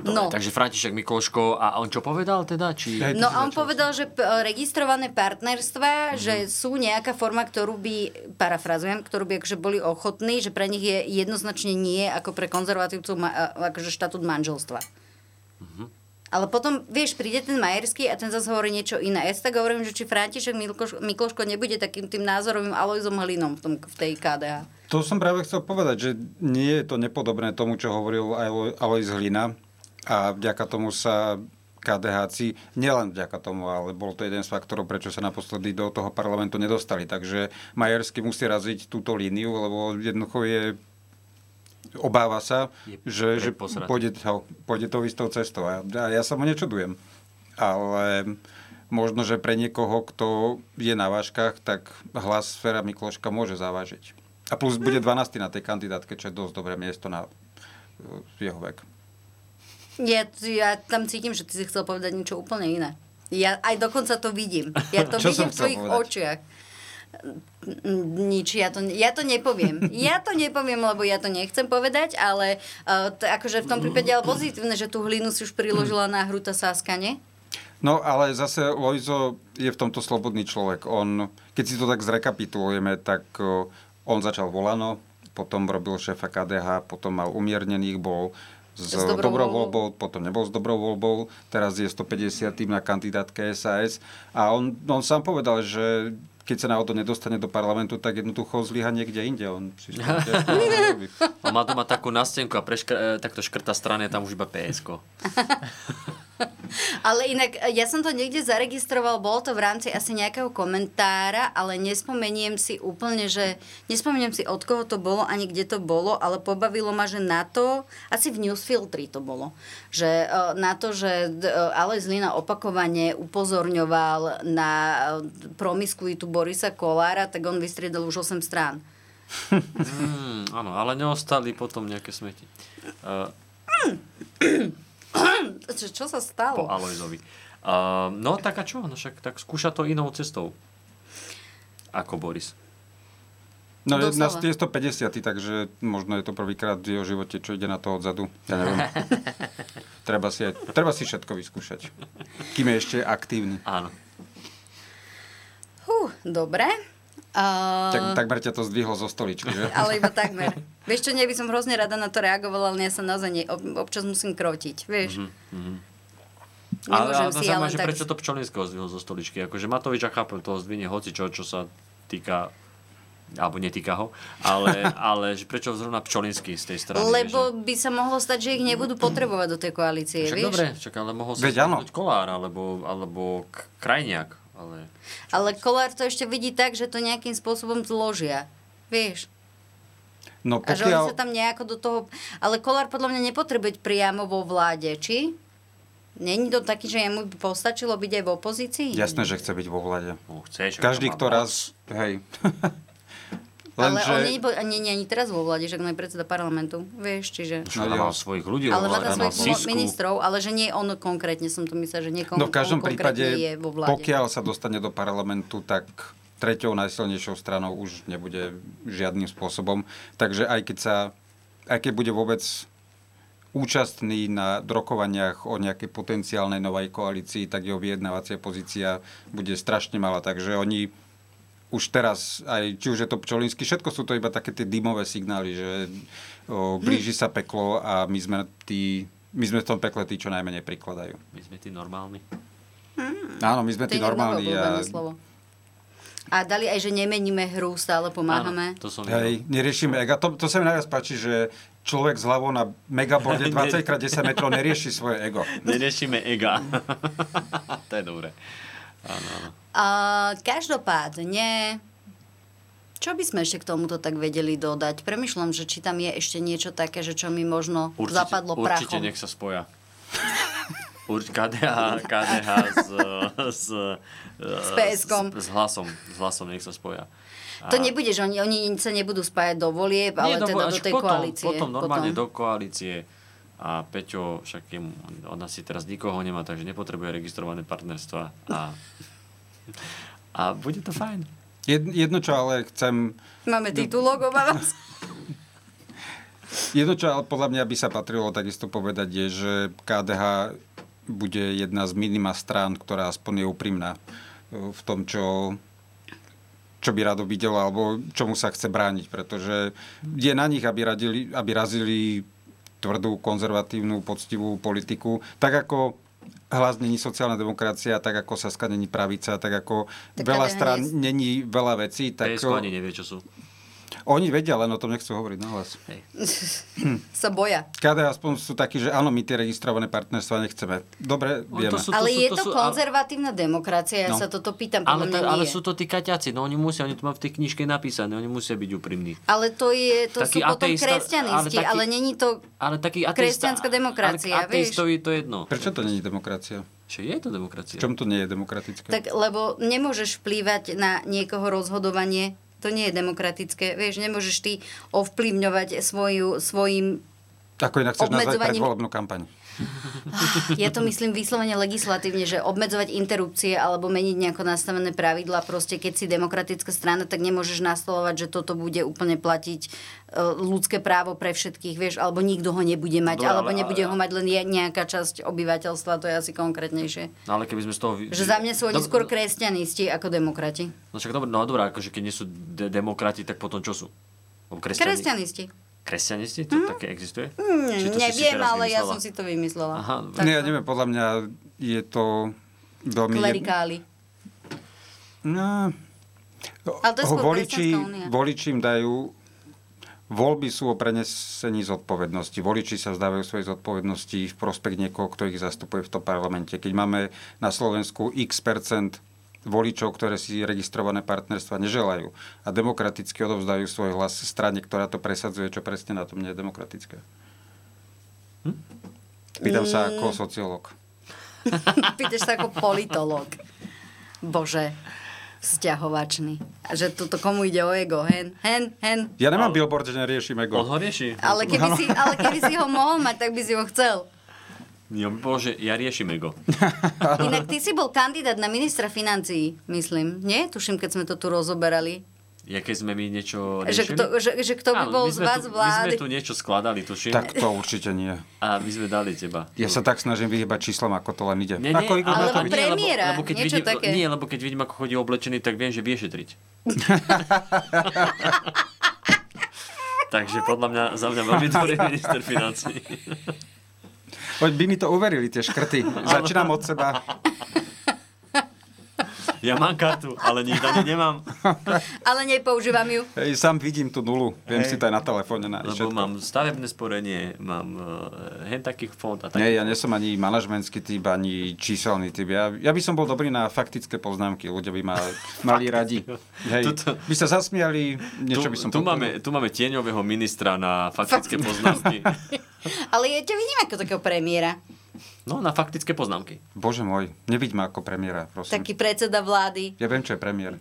[SPEAKER 2] No.
[SPEAKER 1] No,
[SPEAKER 2] Takže František Mikloško, a on čo povedal teda? Či...
[SPEAKER 3] Hej.
[SPEAKER 1] No a on povedal, že p- registrované
[SPEAKER 2] Mhm.
[SPEAKER 1] partnerstva, že sú nejaká forma, ktorú by, parafrazujem, ktorú by akože boli ochotní, že pre nich je jednoznačne nie ako pre konzervatívcov ma- a- akože štatút manželstva.
[SPEAKER 2] Mhm.
[SPEAKER 1] Ale potom, vieš, príde ten Majerský a ten zase hovorí niečo iné. Ja si tak hovorím, že či František Mikloš- Mikloško nebude takým tým názorovým Alojzom Hlinom v, tom, v tej KDH.
[SPEAKER 3] To som práve chcel povedať, že nie je to nepodobné tomu, čo hovoril Alo- Alois Hlina a vďaka tomu sa KDHci, nielen vďaka tomu, ale bol to jeden z faktorov, prečo sa naposledy do toho parlamentu nedostali. Takže Majersky musí raziť túto líniu, lebo jednoducho je obáva sa,
[SPEAKER 2] Je
[SPEAKER 3] že, že
[SPEAKER 2] predposratý.
[SPEAKER 3] pôjde, to, pôjde tou istou cestou. A, a ja sa mu nečudujem. Ale možno, že pre niekoho, kto je na vážkach, tak hlas Fera Mikloška môže závažiť. A plus bude 12. na tej kandidátke, čo je dosť dobré miesto na uh, jeho vek.
[SPEAKER 1] Ja, ja tam cítim, že ty si chcel povedať niečo úplne iné. Ja aj dokonca to vidím. Ja to
[SPEAKER 3] (laughs) Čo som
[SPEAKER 1] vidím v
[SPEAKER 3] chcel
[SPEAKER 1] tvojich
[SPEAKER 3] povedať?
[SPEAKER 1] očiach. N- Nič, ja to, ja to nepoviem. Ja to nepoviem, lebo ja to nechcem povedať, ale uh, to, akože v tom prípade ale pozitívne, že tú hlinu si už priložila na hru tá Saska, nie?
[SPEAKER 3] No ale zase Lojzo je v tomto slobodný človek. On, keď si to tak zrekapitulujeme, tak o, on začal volano, potom robil šéfa KDH, potom mal umiernených, bol s,
[SPEAKER 1] S
[SPEAKER 3] s
[SPEAKER 1] dobrou
[SPEAKER 3] dobrou
[SPEAKER 1] voľbou.
[SPEAKER 3] voľbou, potom nebol s dobrou voľbou, teraz je 150. na kandidátke SAS a on, on sám povedal, že keď sa náhodou nedostane do parlamentu, tak jednoducho zlyha niekde inde. On
[SPEAKER 1] (laughs)
[SPEAKER 3] si s tým tiež nerobí.
[SPEAKER 2] On má doma takú nastenku a preškr- e, takto škrta strany je tam už iba PSK.
[SPEAKER 1] Ale inak, e, ja som to niekde zaregistroval, bolo to v rámci asi nejakého komentára, ale nespomeniem si úplne, že nespomeniem si od koho to bolo ani kde to bolo, ale pobavilo ma, že na to, asi v newsfiltri to bolo, že e, na to, že d- e, Aleš Zlina opakovane upozorňoval na e, promiskuitu Borisa Kolára, tak on vystriedal už 8 strán.
[SPEAKER 2] Mm, áno, ale neostali potom nejaké smeti. Uh,
[SPEAKER 1] Čo, čo sa
[SPEAKER 2] po
[SPEAKER 1] stalo?
[SPEAKER 2] Alojzovi. Uh, no tak a čo? No však tak skúša to inou cestou. Ako Boris.
[SPEAKER 3] No je na
[SPEAKER 1] Doslova.
[SPEAKER 3] je 150, takže možno je to prvýkrát v jeho živote, čo ide na to odzadu. Ja neviem.
[SPEAKER 1] (laughs)
[SPEAKER 3] treba, si aj, treba si všetko vyskúšať. Kým je ešte aktívny.
[SPEAKER 2] Áno.
[SPEAKER 1] Hú, dobre. Uh...
[SPEAKER 3] Tak, takmer ťa to zdvihlo zo stoličky, že?
[SPEAKER 1] (laughs) Ale iba takmer. Vieš čo, nie by som hrozne rada na to reagovala, ale ja sa naozaj ne, ob, občas musím krotiť, vieš. Mm-hmm.
[SPEAKER 2] Mhm,
[SPEAKER 1] Nemôžem
[SPEAKER 2] Ale, ale
[SPEAKER 1] si ja
[SPEAKER 2] zaujímavé,
[SPEAKER 1] len
[SPEAKER 2] že
[SPEAKER 1] tak...
[SPEAKER 2] prečo to Pčolinského zdvihol zo stoličky. Akože Matovič, ja chápem, toho zdvihne hoci čo, čo sa týka alebo netýka ho,
[SPEAKER 1] (laughs)
[SPEAKER 2] ale, ale že prečo zrovna Pčolinský z tej strany.
[SPEAKER 1] Lebo by sa mohlo stať, že ich nebudú potrebovať do tej koalície, vieš.
[SPEAKER 2] vieš, že... Mhm. Však dobre, však ale mohol sa
[SPEAKER 3] Veď áno.
[SPEAKER 2] stretnúť Kolár, alebo, alebo K- Krajniak. Ale...
[SPEAKER 1] Ale Kolár to ešte vidí tak, že to nejakým spôsobom zložia. Vieš.
[SPEAKER 3] No
[SPEAKER 1] A že oni
[SPEAKER 3] pokiaľ...
[SPEAKER 1] sa tam nejako do toho... Ale Kolár podľa mňa nepotrebuje byť priamo vo vláde, či? Není to taký, že jemu by postačilo byť aj v opozícii?
[SPEAKER 3] Jasné, že chce byť vo vláde.
[SPEAKER 2] no Chceš,
[SPEAKER 3] Každý,
[SPEAKER 2] ona má
[SPEAKER 3] kto
[SPEAKER 2] moc.
[SPEAKER 3] raz... Hej. (laughs)
[SPEAKER 1] Ale on nie,
[SPEAKER 3] Lenže...
[SPEAKER 1] je po- nie, nie, ani teraz vo vláde, že on je predseda parlamentu, vieš, čiže...
[SPEAKER 2] Čo tam mal svojich ľudí,
[SPEAKER 1] ale má
[SPEAKER 2] lebo
[SPEAKER 1] tam
[SPEAKER 2] tam mal
[SPEAKER 1] svojich
[SPEAKER 2] Sisku.
[SPEAKER 1] ministrov, ale že nie on konkrétne, som to myslela, že nie kon,
[SPEAKER 3] No v
[SPEAKER 1] on
[SPEAKER 3] každom
[SPEAKER 1] konkrétne
[SPEAKER 3] prípade,
[SPEAKER 1] je vo vláde. no.
[SPEAKER 3] pokiaľ sa dostane do parlamentu, tak treťou najsilnejšou stranou už nebude žiadnym spôsobom. Takže aj keď sa, aj keď bude vôbec účastný na rokovaniach o nejakej potenciálnej novej koalícii, tak jeho vyjednávacia pozícia bude strašne malá. Takže oni už teraz, aj či už je to Pčolinsky, všetko sú to iba také tie dymové signály, že
[SPEAKER 1] Hm.
[SPEAKER 3] o, blíži sa peklo a my sme, tí, my sme v tom pekle tí, čo najmenej prikladajú.
[SPEAKER 2] My sme tí normálni.
[SPEAKER 3] Áno, my sme
[SPEAKER 1] To je
[SPEAKER 3] tí
[SPEAKER 1] inak
[SPEAKER 3] normálni.
[SPEAKER 1] nové obľúbené
[SPEAKER 3] A,
[SPEAKER 1] slovo. A dali aj, že nemeníme hru, stále pomáhame.
[SPEAKER 2] to som
[SPEAKER 3] hej, neriešime ega. To, to sa mi najviac páči, že človek s hlavou na
[SPEAKER 2] (laughs)
[SPEAKER 3] megaborde 20x10 metrov nerieši svoje ego.
[SPEAKER 2] Neriešime
[SPEAKER 1] (laughs)
[SPEAKER 2] ega. to je dobré. Áno, áno.
[SPEAKER 1] A každopádne, čo by sme ešte k tomuto tak vedeli dodať? Premyšľam, že či tam je ešte niečo také, že čo mi možno
[SPEAKER 2] Určite,
[SPEAKER 1] zapadlo
[SPEAKER 2] určite
[SPEAKER 1] prachom.
[SPEAKER 2] nech sa spoja. (laughs) Urč- KDH, KDH s, s,
[SPEAKER 1] S PSK-om.
[SPEAKER 2] S, s hlasom, s hlasom nech sa spoja.
[SPEAKER 1] To nebude, že oni, oni sa nebudú spájať do volieb, ale
[SPEAKER 2] Nie, no,
[SPEAKER 1] teda
[SPEAKER 2] až
[SPEAKER 1] do tej
[SPEAKER 2] potom,
[SPEAKER 1] koalície.
[SPEAKER 2] Potom normálne potom. do koalície. A Peťo, však je, mu- ona si teraz nikoho nemá, takže nepotrebuje registrované partnerstva.
[SPEAKER 1] (laughs)
[SPEAKER 2] A, a bude to fajn.
[SPEAKER 3] Jed, jedno, čo ale chcem...
[SPEAKER 1] Máme titulok, obávam sa.
[SPEAKER 3] Jedno, čo ale podľa mňa by sa patrilo takisto povedať, je, že KDH bude jedna z minima strán, ktorá aspoň je úprimná e, v tom, čo, čo by rado videla alebo čomu sa chce brániť, pretože je na nich, aby, radili, aby razili tvrdú, konzervatívnu, poctivú politiku, tak ako hlas není sociálna demokracia, tak ako Saska není pravica, tak ako
[SPEAKER 2] Tak
[SPEAKER 3] veľa
[SPEAKER 2] KDH
[SPEAKER 3] strán
[SPEAKER 2] nie-
[SPEAKER 3] není veľa vecí, tak
[SPEAKER 2] PSK ani nevie, čo sú.
[SPEAKER 3] oni vedia, len o tom nechcú hovoriť na hlas.
[SPEAKER 1] sa boja.
[SPEAKER 3] KD aspoň sú takí, že áno, my tie registrované partnerstva nechceme. Dobre, vieme.
[SPEAKER 1] ale je
[SPEAKER 2] to
[SPEAKER 1] to,
[SPEAKER 2] sú- ale-
[SPEAKER 1] konzervatívna demokracia, ja
[SPEAKER 2] No.
[SPEAKER 1] sa toto pýtam, podľa
[SPEAKER 2] Ale, to,
[SPEAKER 1] mňa
[SPEAKER 2] ale
[SPEAKER 1] nie je.
[SPEAKER 2] sú to tí kaťaci, no oni musia, oni to majú v tej knižke napísané, oni musia byť úprimní.
[SPEAKER 1] Ale to, je, to sú
[SPEAKER 2] Taký
[SPEAKER 1] potom
[SPEAKER 2] ateista-
[SPEAKER 1] kresťanisti,
[SPEAKER 2] ale taký-
[SPEAKER 1] ale, není to
[SPEAKER 2] Ale taký ateista,
[SPEAKER 1] kresťanská demokracia,
[SPEAKER 2] ale
[SPEAKER 1] vieš?
[SPEAKER 2] ateistovi to je jedno.
[SPEAKER 3] Prečo to nie je demokracia?
[SPEAKER 2] Čo je to demokracia?
[SPEAKER 3] V čom to nie je demokratické?
[SPEAKER 1] Tak lebo nemôžeš vplývať na niekoho rozhodovanie, to nie je demokratické, vieš, nemôžeš ty ovplyvňovať svoju, svojim,
[SPEAKER 3] Ako inak chceš nazvať
[SPEAKER 1] obmedzovaním-
[SPEAKER 3] predvolebnú kampaň?
[SPEAKER 1] (laughs) ja to myslím vyslovene legislatívne, že obmedzovať interrupcie alebo meniť nejako nastavené pravidla, proste keď si demokratická strana, tak nemôžeš nastolovať, že toto bude úplne platiť e, ľudské právo pre všetkých, vieš, alebo nikto ho nebude mať,
[SPEAKER 2] Dobre,
[SPEAKER 1] alebo
[SPEAKER 2] ale-
[SPEAKER 1] nebude
[SPEAKER 2] ale-
[SPEAKER 1] ho mať len je- nejaká časť obyvateľstva, to je asi konkrétnejšie.
[SPEAKER 2] No ale keby sme z toho... vy-
[SPEAKER 1] Že za mňa sú oni
[SPEAKER 2] Dob-
[SPEAKER 1] skôr kresťanisti ako demokrati.
[SPEAKER 2] No však dobre, no dobré, akože keď nie sú de- demokrati, tak potom čo sú? Lebo Kresťani.
[SPEAKER 1] Kresťanisti.
[SPEAKER 2] Kresťanisti? To také existuje?
[SPEAKER 1] Mm,
[SPEAKER 2] Či to si si
[SPEAKER 1] Hm? neviem,
[SPEAKER 2] teraz
[SPEAKER 1] ale ja
[SPEAKER 2] vymyslela?
[SPEAKER 1] som si to vymyslela.
[SPEAKER 2] Aha,
[SPEAKER 1] Tak,
[SPEAKER 3] Nie, ja neviem, podľa mňa je to veľmi... jed-
[SPEAKER 1] klerikáli.
[SPEAKER 3] No,
[SPEAKER 1] Ale to je
[SPEAKER 3] ho
[SPEAKER 1] skôr
[SPEAKER 3] voliči,
[SPEAKER 1] Kresťanská únia.
[SPEAKER 3] voliči im dajú... Voľby sú o prenesení zodpovednosti. Voliči sa vzdávajú svojej zodpovednosti v prospech niekoho, kto ich zastupuje v tom parlamente. Keď máme na Slovensku x percent voličov, ktoré si registrované partnerstva neželajú a demokraticky odovzdajú svoj hlas strane, ktorá to presadzuje, čo presne na tom nie je demokratické. Pýtam sa
[SPEAKER 1] Mm.
[SPEAKER 3] ako sociológ.
[SPEAKER 1] (laughs) Pýtaš sa ako politolog. Bože, vzťahovačný. A Že toto komu ide o ego, hen, hen, hen.
[SPEAKER 3] Ja nemám billboard, že neriešim ego.
[SPEAKER 2] On ho rieši.
[SPEAKER 1] Ale keby, si, ale keby si ho mohol mať, tak by si ho chcel.
[SPEAKER 2] Ja by povedal, že ja riešim ego.
[SPEAKER 1] Inak ty si bol kandidát na ministra financií, myslím. Nie? Tuším, keď sme to tu rozoberali.
[SPEAKER 2] Ja keď sme my niečo
[SPEAKER 1] Že
[SPEAKER 2] riešili?
[SPEAKER 1] kto, že, že kto by
[SPEAKER 2] Áno,
[SPEAKER 1] bol
[SPEAKER 2] my
[SPEAKER 1] z
[SPEAKER 2] sme
[SPEAKER 1] vás
[SPEAKER 2] tu, My
[SPEAKER 1] vlády.
[SPEAKER 2] sme tu niečo skladali, tuším.
[SPEAKER 3] Tak to určite nie.
[SPEAKER 2] A my sme dali teba.
[SPEAKER 3] Ja sa tak snažím vyhybať číslam, ako to len ide.
[SPEAKER 2] Nie, nie,
[SPEAKER 3] ako Igor
[SPEAKER 2] ale-
[SPEAKER 3] Matovič.
[SPEAKER 2] nie,
[SPEAKER 1] premiéra,
[SPEAKER 2] keď
[SPEAKER 1] niečo
[SPEAKER 2] vidím,
[SPEAKER 1] také.
[SPEAKER 2] Nie, lebo keď vidím, ako chodí oblečený, tak viem, že vie
[SPEAKER 1] (laughs)
[SPEAKER 2] šetriť. Takže podľa mňa, za mňa veľmi
[SPEAKER 3] (laughs)
[SPEAKER 2] dobrý minister financí. (laughs)
[SPEAKER 3] Poď by mi to uverili tie škrty. Začínam od seba.
[SPEAKER 2] Ja mám kartu, ale nič na nej nemám.
[SPEAKER 1] Ale nepoužívam ju.
[SPEAKER 3] Hej, sám vidím tú nulu. Viem
[SPEAKER 2] Hej.
[SPEAKER 3] si to aj na telefóne nájsť.
[SPEAKER 2] Lebo
[SPEAKER 3] všetko.
[SPEAKER 2] mám stavebné sporenie, mám eh, hen taký fond a tak.
[SPEAKER 3] Nie, ja nie som ani manažmentský typ, ani číselný typ. Ja, ja by som bol dobrý na faktické poznámky. Ľudia by ma mali radi. Hej,
[SPEAKER 2] Toto-
[SPEAKER 3] by sa zasmiali, niečo
[SPEAKER 2] tu,
[SPEAKER 3] by som
[SPEAKER 2] tu,
[SPEAKER 3] podporil.
[SPEAKER 2] máme, tu máme tieňového ministra na faktické
[SPEAKER 1] (laughs)
[SPEAKER 2] poznámky.
[SPEAKER 1] Ale ja ťa vidím ako takého premiéra.
[SPEAKER 2] No, na faktické poznámky.
[SPEAKER 3] Bože môj, nevidť ma ako premiéra, prosím.
[SPEAKER 1] Taký predseda vlády.
[SPEAKER 3] Ja viem, čo je premiér.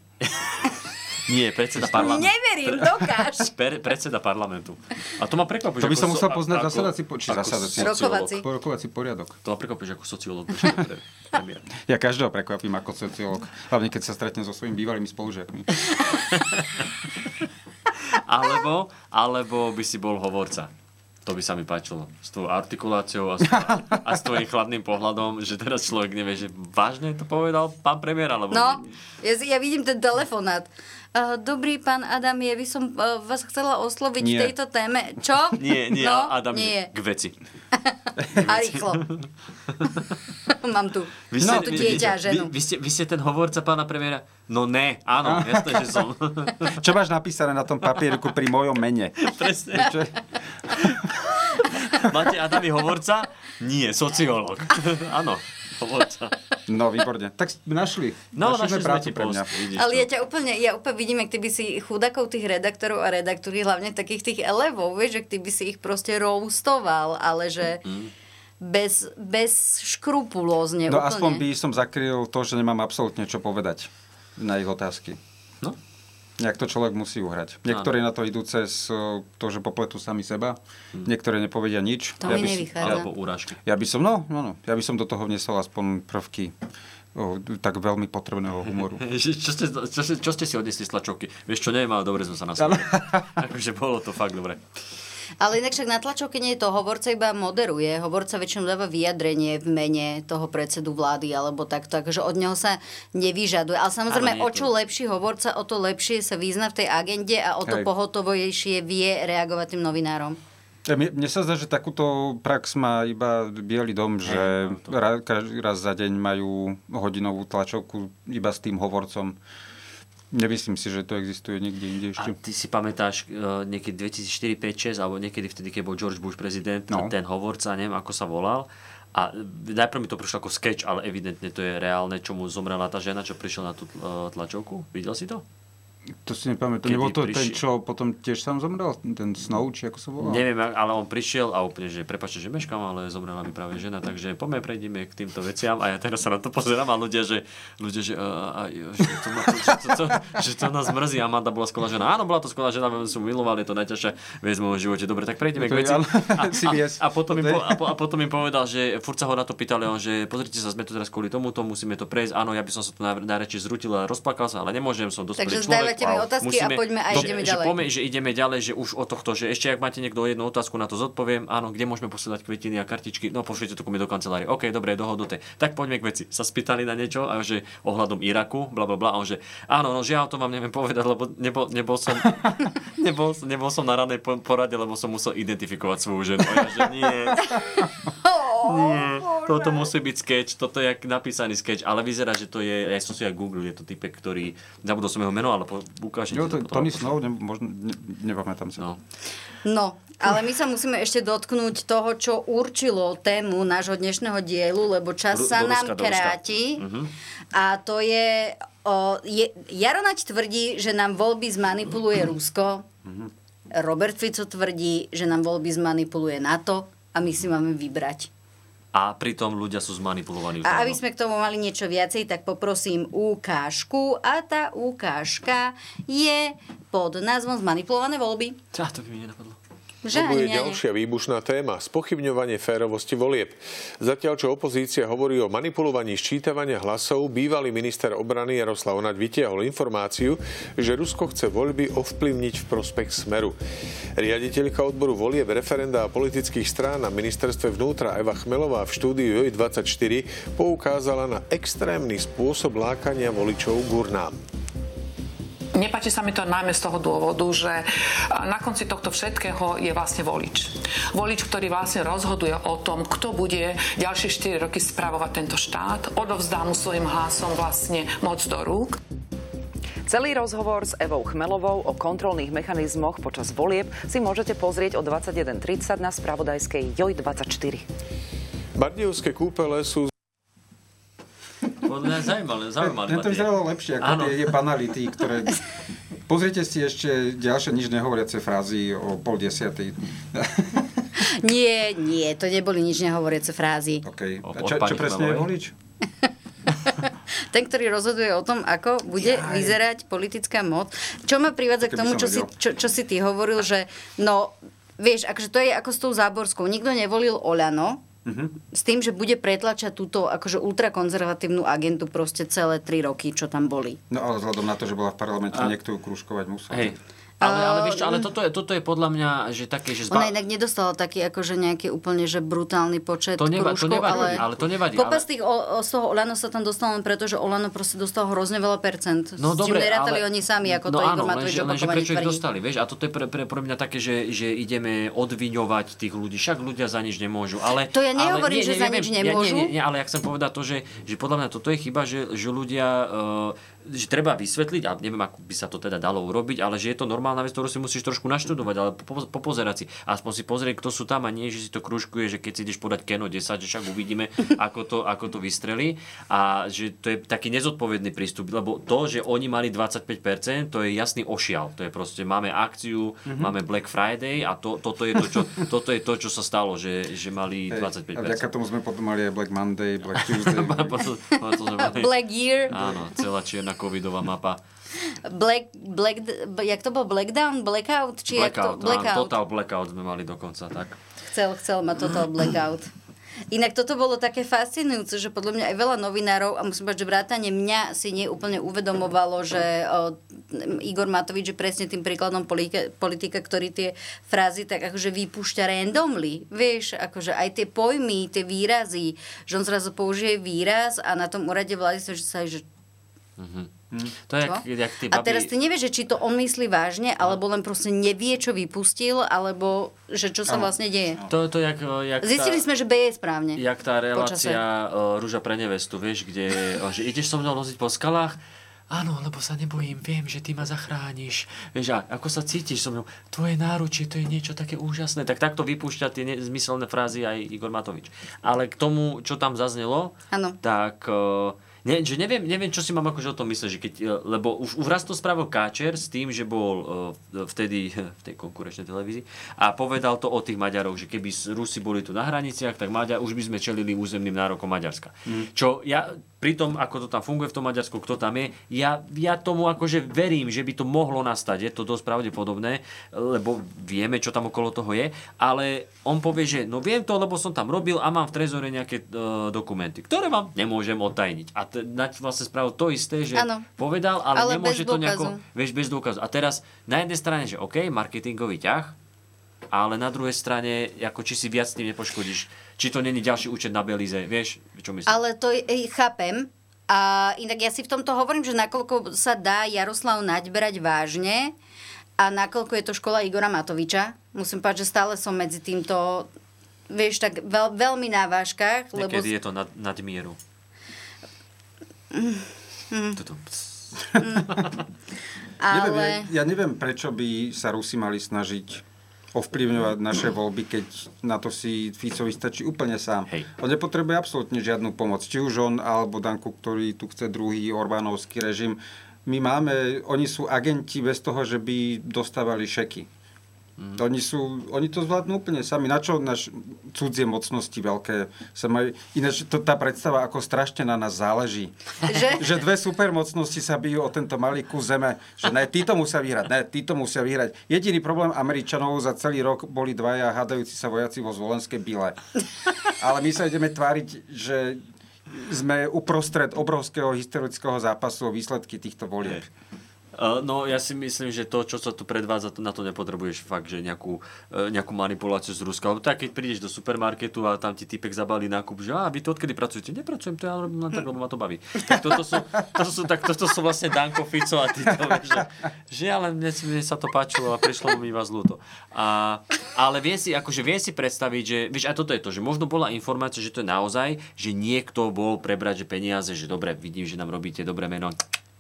[SPEAKER 2] Nie, predseda parlamentu.
[SPEAKER 1] Neverím, dokáž.
[SPEAKER 2] Pre, predseda parlamentu. A to ma prekvapuje.
[SPEAKER 3] To by
[SPEAKER 2] že
[SPEAKER 3] som
[SPEAKER 2] ako so-
[SPEAKER 3] musel
[SPEAKER 2] a-
[SPEAKER 3] poznať
[SPEAKER 2] ako-
[SPEAKER 3] zasadací po- či
[SPEAKER 2] ako
[SPEAKER 3] zasadací.
[SPEAKER 2] sociológ.
[SPEAKER 1] Rokovací.
[SPEAKER 3] Porokovací poriadok.
[SPEAKER 2] To ma prekvapuje, že ako sociológ. že je pre- premiér.
[SPEAKER 3] Ja každého prekvapím ako sociológ. Hlavne, keď sa stretnem so svojimi bývalými spolužiakmi.
[SPEAKER 2] Alebo, alebo by si bol hovorca. To by sa mi páčilo. S tvojou artikuláciou a s, a s tvojim chladným pohľadom, že teraz človek nevie, že vážne to povedal pán premiér, alebo
[SPEAKER 1] No, ja, si- ja vidím ten telefonát. Uh, dobrý pán Adam, ja by som uh, vás chcela osloviť v
[SPEAKER 2] Nie.
[SPEAKER 1] tejto téme. Čo?
[SPEAKER 2] (laughs) nie, nie,
[SPEAKER 1] no,
[SPEAKER 2] Adam,
[SPEAKER 1] nie.
[SPEAKER 2] k veci.
[SPEAKER 1] A
[SPEAKER 2] (laughs)
[SPEAKER 1] rýchlo. Mám tu, mám tu No, dieťa a ženu.
[SPEAKER 2] Vy, vy, ste, vy ste ten hovorca pána premiéra? No ne, áno, jasné, že som.
[SPEAKER 1] (laughs)
[SPEAKER 3] Čo máš napísané na tom papieriku pri mojom mene?
[SPEAKER 2] Presne. Máte Adami hovorca? Nie, sociológ. (laughs) Áno, hovorca.
[SPEAKER 3] No, výborne. Tak sme našli.
[SPEAKER 2] No,
[SPEAKER 3] našli,
[SPEAKER 2] našli sme ti post,
[SPEAKER 3] No,
[SPEAKER 2] vidíš
[SPEAKER 1] Ale ja ťa úplne, ja úplne vidím, ak ty by si chudakov tých redaktorov a redaktorí, hlavne takých tých elevov, vieš, že ty by si ich proste roastoval, ale že
[SPEAKER 2] Mhm.
[SPEAKER 1] bez, bez škrupulózne
[SPEAKER 3] No
[SPEAKER 1] úplne.
[SPEAKER 3] aspoň by som zakryl to, že nemám absolútne čo povedať na ich otázky.
[SPEAKER 2] No.
[SPEAKER 3] Nejak to človek musí uhrať. Niektorí na to idú cez e, to, že popletú sami seba,
[SPEAKER 2] Hm.
[SPEAKER 3] niektoré nepovedia nič.
[SPEAKER 1] To mi
[SPEAKER 3] by som-
[SPEAKER 1] nevychádza. Alebo
[SPEAKER 2] urážky.
[SPEAKER 3] Ja by som, no, no, no, ja by som do toho vnesol aspoň prvky o, tak veľmi potrebného humoru.
[SPEAKER 2] Že- Čo ste, čo, ste, čo ste si odnesli z tlačovky? Vieš čo, neviem, ale dobre sme sa nasmiali. (laughs) Akože bolo to fakt dobre.
[SPEAKER 1] Ale inak však na tlačovke nie je to, hovorca iba moderuje. Hovorca väčšinou dáva vyjadrenie v mene toho predsedu vlády alebo takto, akože od neho sa nevyžaduje. Ale samozrejme,
[SPEAKER 12] Áno, nie je
[SPEAKER 1] o čo
[SPEAKER 12] to-
[SPEAKER 1] lepší hovorca, o to lepšie sa význa v tej agende a o to
[SPEAKER 3] Hej.
[SPEAKER 1] pohotovejšie vie reagovať tým novinárom.
[SPEAKER 3] Ja, E, Mne, mne sa zdá, že takúto prax má iba Bielý dom, že ra, každý raz za deň majú hodinovú tlačovku iba s tým hovorcom. Nemyslím si, že to existuje niekde inde ešte.
[SPEAKER 2] A ty si pamätáš eh, niekedy 2004, 5, 6, alebo niekedy vtedy, keď bol George Bush prezident,
[SPEAKER 3] No.
[SPEAKER 2] no. ten hovorca, neviem, ako sa volal. A najprv mi to prišlo ako sketch, ale evidentne to je reálne, čo mu zomrela tá žena, čo prišla na tú eh, tlačovku. Videl si to?
[SPEAKER 3] To si nepamätám.
[SPEAKER 2] Kedy
[SPEAKER 3] Nebol to ten,
[SPEAKER 2] prišiel-
[SPEAKER 3] čo potom tiež sám zomrel? Ten Snow, či ako sa volal?
[SPEAKER 2] Neviem, ale on prišiel a úplne, že prepáčte, že meškám, ale zomrela mi práve žena, takže poďme prejdeme k týmto veciam a ja teraz sa na to pozerám a ľudia, že, ľudia, že, a, a, že, to, ma, že, to, to, že to nás mrzí, Amanda bola skvelá žena. Áno, bola to skvelá žena, veľmi som ju miloval, je to najťažšia vec v mojom živote. Dobre, tak prejdeme
[SPEAKER 3] To je
[SPEAKER 2] k veci.
[SPEAKER 3] ale-
[SPEAKER 2] A, a,
[SPEAKER 3] CBS.
[SPEAKER 2] a, potom im
[SPEAKER 3] To je-
[SPEAKER 2] po, a, po, a potom im povedal, že furt sa ho na to pýtali, on, že pozrite sa, sme tu teraz kvôli tomuto, musíme to prejsť. Áno, ja by som sa tu naj- najradšej zrutil a rozplakal sa, ale nemôžem, som dospelý
[SPEAKER 1] Takže
[SPEAKER 2] človek.
[SPEAKER 1] zdávate mi otázky a poďme a
[SPEAKER 2] že,
[SPEAKER 1] ideme
[SPEAKER 2] že
[SPEAKER 1] ďalej.
[SPEAKER 2] poďme- že ideme ďalej, že už o tohto, že ešte ak máte niekto jednu otázku, na to zodpoviem, áno, kde môžeme posielať kvetiny a kartičky, no pošlite to ku mi do kancelárie. OK, dobre, dohodnuté. Tak poďme k veci. Sa spýtali na niečo, a že ohľadom Iraku, bla bla bla, a on že áno, no žiaľ to vám neviem povedať, lebo nebol, nebol
[SPEAKER 1] (laughs)
[SPEAKER 2] som nebol, nebol som na ranej po- porade, lebo som musel identifikovať svoju ženu. A ja, že nie. nie. Toto musí byť sketch, toto je jak napísaný sketch, ale vyzerá, že to je, ja som si aj Google, je to typek, ktorý, zabudol som jeho meno, ale po, ukážem
[SPEAKER 3] Jo,
[SPEAKER 2] ti
[SPEAKER 3] to,
[SPEAKER 2] potom.
[SPEAKER 3] Tony Snow, ne, možno, ne, nepamätám sa.
[SPEAKER 2] No.
[SPEAKER 1] No, ale my sa musíme ešte dotknúť toho, čo určilo tému nášho dnešného dielu, lebo čas
[SPEAKER 12] Ru-
[SPEAKER 1] sa
[SPEAKER 12] do
[SPEAKER 1] nám
[SPEAKER 12] Ruska, Mhm. do Ruska.
[SPEAKER 1] kráti. A to je, o, je... Jaronač tvrdí, že nám voľby zmanipuluje Rusko.
[SPEAKER 12] Mhm.
[SPEAKER 1] Robert Fico tvrdí, že nám voľby zmanipuluje NATO a my si máme vybrať.
[SPEAKER 2] A pritom ľudia sú
[SPEAKER 12] Mhm.
[SPEAKER 2] zmanipulovaní. už
[SPEAKER 1] A
[SPEAKER 2] dávno.
[SPEAKER 1] aby sme k tomu mali niečo viacej, tak poprosím ukážku a tá ukážka je pod názvom Zmanipulované voľby.
[SPEAKER 2] Tá, to by mi nenapadlo.
[SPEAKER 1] Že
[SPEAKER 9] to bude
[SPEAKER 1] ani ja ne.
[SPEAKER 9] ďalšia výbušná téma, spochybňovanie férovosti volieb. Zatiaľ, čo opozícia hovorí o manipulovaní ščítavania hlasov, bývalý minister obrany Jaroslav Naď vytiahol informáciu, že Rusko chce voľby ovplyvniť v prospech Smeru. Riaditeľka odboru volieb, referenda a politických strán na ministerstve vnútra Eva Chmelová v štúdiu JOJ24 poukázala na extrémny spôsob lákania voličov k urnám.
[SPEAKER 12] Nepáči sa mi to najmä z toho dôvodu, že na konci tohto všetkého je vlastne volič. Volič, ktorý vlastne rozhoduje o tom, kto bude ďalšie 4 roky spravovať tento štát, odovzdá mu svojim hlasom vlastne moc do rúk.
[SPEAKER 13] Celý rozhovor s Evou Chmelovou o kontrolných mechanizmoch počas volieb si môžete pozrieť o 21.30 na spravodajskej JOJ24.
[SPEAKER 9] Bardejovské kúpele sú
[SPEAKER 2] Podľa mňa zaujímavé, zaujímavé.
[SPEAKER 3] Tento vyzeralo lepšie ako
[SPEAKER 2] Áno.
[SPEAKER 3] tie je banality,
[SPEAKER 2] (laughs)
[SPEAKER 3] ktoré... Pozrite si ešte ďalšie nič nehovoriace frázy o pol desiatej. (laughs)
[SPEAKER 1] (laughs) Nie, nie, to neboli nič nehovoriace frázy.
[SPEAKER 3] Okay.
[SPEAKER 2] O-
[SPEAKER 3] A
[SPEAKER 2] od
[SPEAKER 3] čo,
[SPEAKER 2] pani
[SPEAKER 3] čo presne je
[SPEAKER 2] Chmelovej?
[SPEAKER 3] volič?
[SPEAKER 1] (laughs) Ten, ktorý rozhoduje o tom, ako bude Jaj. vyzerať politická moc. Čo ma privádza k
[SPEAKER 3] Keby
[SPEAKER 1] tomu,
[SPEAKER 3] som
[SPEAKER 1] čo si,
[SPEAKER 3] vedel.
[SPEAKER 1] čo, čo si ty hovoril, že no, vieš, akože to je ako s tou Záborskou. Nikto nevolil Oľano, s tým, že bude pretlačať túto akože ultrakonzervatívnu agentu proste celé tri roky, čo tam boli.
[SPEAKER 3] No ale vzhľadom na to, že bola v parlamente, niekto ju kružkovať musel.
[SPEAKER 2] Hej. Ale, ale, vieš čo, ale toto, je, toto je podľa mňa, že také, že
[SPEAKER 1] Ehm, Ona inak nedostala taký akože nejaký úplne že brutálny počet
[SPEAKER 2] To neva- to
[SPEAKER 1] krúžkov,
[SPEAKER 2] nevadí, ale to nevadí,
[SPEAKER 1] Kopa z
[SPEAKER 2] ale-
[SPEAKER 1] tých o, o, z toho Olano sa tam dostalo len preto, že Olano proste dostal hrozne veľa percent. s
[SPEAKER 2] No dobre,
[SPEAKER 1] čím nerátali
[SPEAKER 2] ale...
[SPEAKER 1] oni sami, ako to
[SPEAKER 2] no, áno,
[SPEAKER 1] Igor Matovič
[SPEAKER 2] lenže, lenže
[SPEAKER 1] opakovane
[SPEAKER 2] prečo ich
[SPEAKER 1] tvrdí.
[SPEAKER 2] (laughs) dostali, vieš? A toto je pre, pre, pre mňa také, že, že ideme odviňovať tých ľudí. Však ľudia za nič nemôžu. Ale,
[SPEAKER 1] To ja
[SPEAKER 2] ale-
[SPEAKER 1] nehovorím, že za
[SPEAKER 2] neviem,
[SPEAKER 1] nič
[SPEAKER 2] ja-
[SPEAKER 1] nemôžu.
[SPEAKER 2] Nie, nie, nie, ale ja chcem povedať to, že, že podľa mňa toto je chyba, že, že ľudia... eh, že treba vysvetliť, a neviem, ako by sa to teda dalo urobiť, ale že je to normálna vec, ktorú si musíš trošku naštudovať, ale po- popozerať si. Aspoň si pozrieť, kto sú tam a nie, že si to kružkuje, že keď si ideš podať Keno 10, že však
[SPEAKER 3] (laughs)
[SPEAKER 2] uvidíme, ako to, ako to vystrelí. A že to je taký nezodpovedný prístup, lebo to, že oni mali 25%, to je jasný ošial. To je proste, máme akciu,
[SPEAKER 3] Mhm.
[SPEAKER 2] máme Black Friday a to, toto, je to,
[SPEAKER 3] (laughs)
[SPEAKER 2] čo, toto je to, čo sa stalo, že, že mali
[SPEAKER 3] Hej, A
[SPEAKER 2] 25%.
[SPEAKER 3] vďaka tomu sme potom mali aj Black Monday, (laughs) Black Tuesday.
[SPEAKER 2] To sme
[SPEAKER 1] (laughs)
[SPEAKER 2] mali-
[SPEAKER 1] Black Year.
[SPEAKER 2] Áno, celá čierna covidová mapa.
[SPEAKER 1] Black, black, b- jak to bol? Blackdown? Blackout? Či jak to?
[SPEAKER 2] Blackout,
[SPEAKER 1] Blackout.
[SPEAKER 2] Áno, total blackout sme mali dokonca, tak.
[SPEAKER 1] Chcel, chcel ma total blackout. Inak toto bolo také fascinujúce, že podľa mňa aj veľa novinárov, a musím povedať, že vrátane mňa si neúplne uvedomovalo, že o, Igor Matovič je presne tým príkladom politika, politika, ktorý tie frázy tak akože vypúšťa randomly. Vieš, akože aj tie pojmy, tie výrazy, že on zrazu použije výraz a na tom úrade vlády sa, že sa aj, že
[SPEAKER 2] To je,
[SPEAKER 1] Čo?
[SPEAKER 2] jak, jak tí
[SPEAKER 1] a
[SPEAKER 2] babi...
[SPEAKER 1] teraz ty nevieš, že či to on myslí vážne, alebo len proste nevie, čo vypustil, alebo že čo sa
[SPEAKER 2] Áno.
[SPEAKER 1] vlastne deje.
[SPEAKER 2] To, to je jak, eh, jak
[SPEAKER 1] Zistili
[SPEAKER 2] tá...
[SPEAKER 1] sme, že B je správne.
[SPEAKER 2] Jak tá relácia
[SPEAKER 1] Počase.
[SPEAKER 2] uh, Rúža pre nevestu, vieš, kde eh, (laughs) že ideš so mnou loziť po skalách, Áno, lebo sa nebojím, viem, že ty ma zachrániš. Vieš, a ako sa cítiš so mnou? Tvoje náručie, to je niečo také úžasné. Tak takto vypúšťa tie ne- zmyselné frázy aj Igor Matovič. Ale k tomu, čo tam zaznelo,
[SPEAKER 1] Áno.
[SPEAKER 2] tak... eh, Ne, že neviem, neviem, čo si mám akože o tom mysleť, že keď, eh, lebo už, už raz to spravil Káčer s tým, že bol eh, vtedy (laughs) eh, v tej konkurenčnej televízii a povedal to o tých Maďarov, že keby s- Rusi boli tu na hraniciach, tak Maďar, už by sme čelili územným nárokom Maďarska.
[SPEAKER 3] Mm.
[SPEAKER 2] Čo ja, pri tom, ako to tam funguje v tom Maďarsku, kto tam je, ja, ja tomu akože verím, že by to mohlo nastať, je to dosť pravdepodobné, lebo vieme, čo tam okolo toho je, ale on povie, že no viem to, lebo som tam robil a mám v trezore nejaké e, dokumenty, ktoré vám nemôžem odtajniť. A t- na vlastne spravil to isté, že
[SPEAKER 1] Áno.
[SPEAKER 2] povedal, ale,
[SPEAKER 1] Ale
[SPEAKER 2] nemôže
[SPEAKER 1] bez
[SPEAKER 2] to nejako...
[SPEAKER 1] dôkazu.
[SPEAKER 2] Vieš, bez dôkazu. A teraz na jednej strane, že OK, marketingový ťah, ale na druhej strane, ako či si viac tým nepoškodíš. Či to není ďalší účet na Belize, vieš, čo myslím?
[SPEAKER 1] Ale to je- e, chápem. A inak ja si v tomto hovorím, že nakoľko sa dá Jaroslav Naď brať vážne a nakoľko je to škola Igora Matoviča, musím povedať, že stále som medzi týmto vieš, tak veľ, veľmi na vážkach, lebo...
[SPEAKER 2] Niekedy je to nad, nad mieru.
[SPEAKER 1] Mm.
[SPEAKER 2] Tuto.
[SPEAKER 3] Neviem,
[SPEAKER 1] Ale...
[SPEAKER 3] ja, ja neviem, prečo by sa Rusi mali snažiť ovplyvňovať naše voľby, keď na to si Ficovi stačí úplne sám. Hej. On nepotrebuje absolútne žiadnu pomoc. Či už on, alebo Danku, ktorý tu chce druhý Orbánovský režim. My máme, oni sú agenti bez toho, že by dostávali šeky. Mm. Oni, sú, oni to zvládnu úplne sami. Na čo naš, cudzie mocnosti veľké sa majú... Ináč to, tá predstava, ako strašne na nás záleží. Že, že dve supermocnosti sa bijú o tento malý kus zeme. Že ne, títo musia vyhrať, ne, títo musia vyhrať. Jediný problém Američanov za celý rok boli dvaja hádajúci sa vojaci vo Zvolenskej bile. Ale my sa ideme tváriť, že sme uprostred obrovského historického zápasu o výsledky týchto volieb.
[SPEAKER 2] E, Uh, no ja si myslím, že to, čo sa tu predvádza, to- na to nepotrebuješ fakt, že nejakú, uh, nejakú manipuláciu z Ruska. Lebo tak, keď prídeš do supermarketu a tam ti typek zabalí nákup, že a vy to odkedy pracujete? Nepracujem, to ja robím len tak, lebo ma to baví. Tak toto sú, to sú, tak, toto sú vlastne Danko Fico a ty to vieš, že, že ale mne, mne sa to páčilo a prišlo mi vás ľúto. A, ale vie si, akože vie si predstaviť, že, vieš, a toto je to, že možno bola informácia, že to je naozaj, že niekto bol prebrať že peniaze, že dobre, vidím, že nám robíte dobré meno,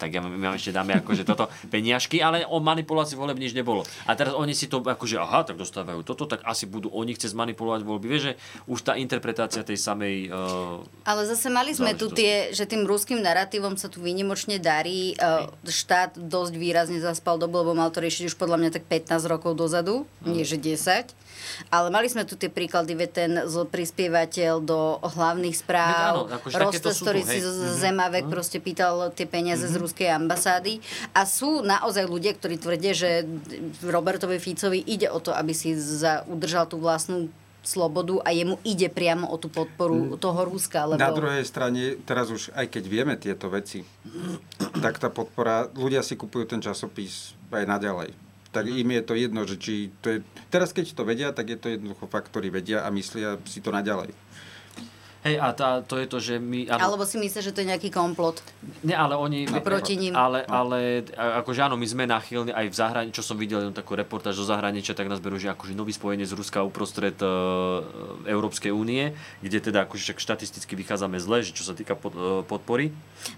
[SPEAKER 2] tak ja, my vám ešte dáme akože toto peniažky, ale o manipulácii voleb nič nebolo. A teraz oni si to akože, aha, tak dostávajú toto, tak asi budú oni chcieť zmanipulovať voľby. Vieš, že už tá interpretácia tej samej... Uh,
[SPEAKER 1] Ale zase mali sme tu tie, že tým ruským narratívom sa tu výnimočne darí. Eh, Štát dosť výrazne zaspal dobu, lebo mal to riešiť už podľa mňa tak 15 rokov dozadu, nie že 10. Ale mali sme tu tie príklady, veď ten z- prispievateľ do hlavných
[SPEAKER 2] Veď áno,
[SPEAKER 1] správ,
[SPEAKER 2] akože takéto
[SPEAKER 1] Rostes,
[SPEAKER 2] sú tu,
[SPEAKER 1] ktorý
[SPEAKER 2] hej.
[SPEAKER 1] si z
[SPEAKER 2] Mhm.
[SPEAKER 1] Zemavek proste pýtal tie peniaze z ruskej ambasády. A sú naozaj ľudia, ktorí tvrdia, že Robertovi Ficovi ide o to, aby si za, udržal tú vlastnú slobodu a jemu ide priamo o tú
[SPEAKER 2] Mhm.
[SPEAKER 1] podporu toho Ruska. Lebo...
[SPEAKER 3] Na druhej strane, teraz už aj keď vieme tieto veci, tak tá podpora, ľudia si kupujú ten časopis aj naďalej. Tak im je to jedno, že či to je... Teraz keď to vedia, tak je to jednoducho fakt, ktorí vedia a myslia si to naďalej.
[SPEAKER 2] Hej, a tá, to je to, že my...
[SPEAKER 1] Alebo si myslíš, že to je nejaký komplot.
[SPEAKER 2] Ne, ale oni...
[SPEAKER 1] Proti ním.
[SPEAKER 2] Ale, ale a- akože áno, my sme nachylní aj v zahraničí, čo som videl jednu takú reportáž zo zahraničia, tak nás berú, že akože nový spojenec z Ruska uprostred e, Európskej únie, kde teda akože však štatisticky vychádzame zle, že čo sa týka pod, e, podpory.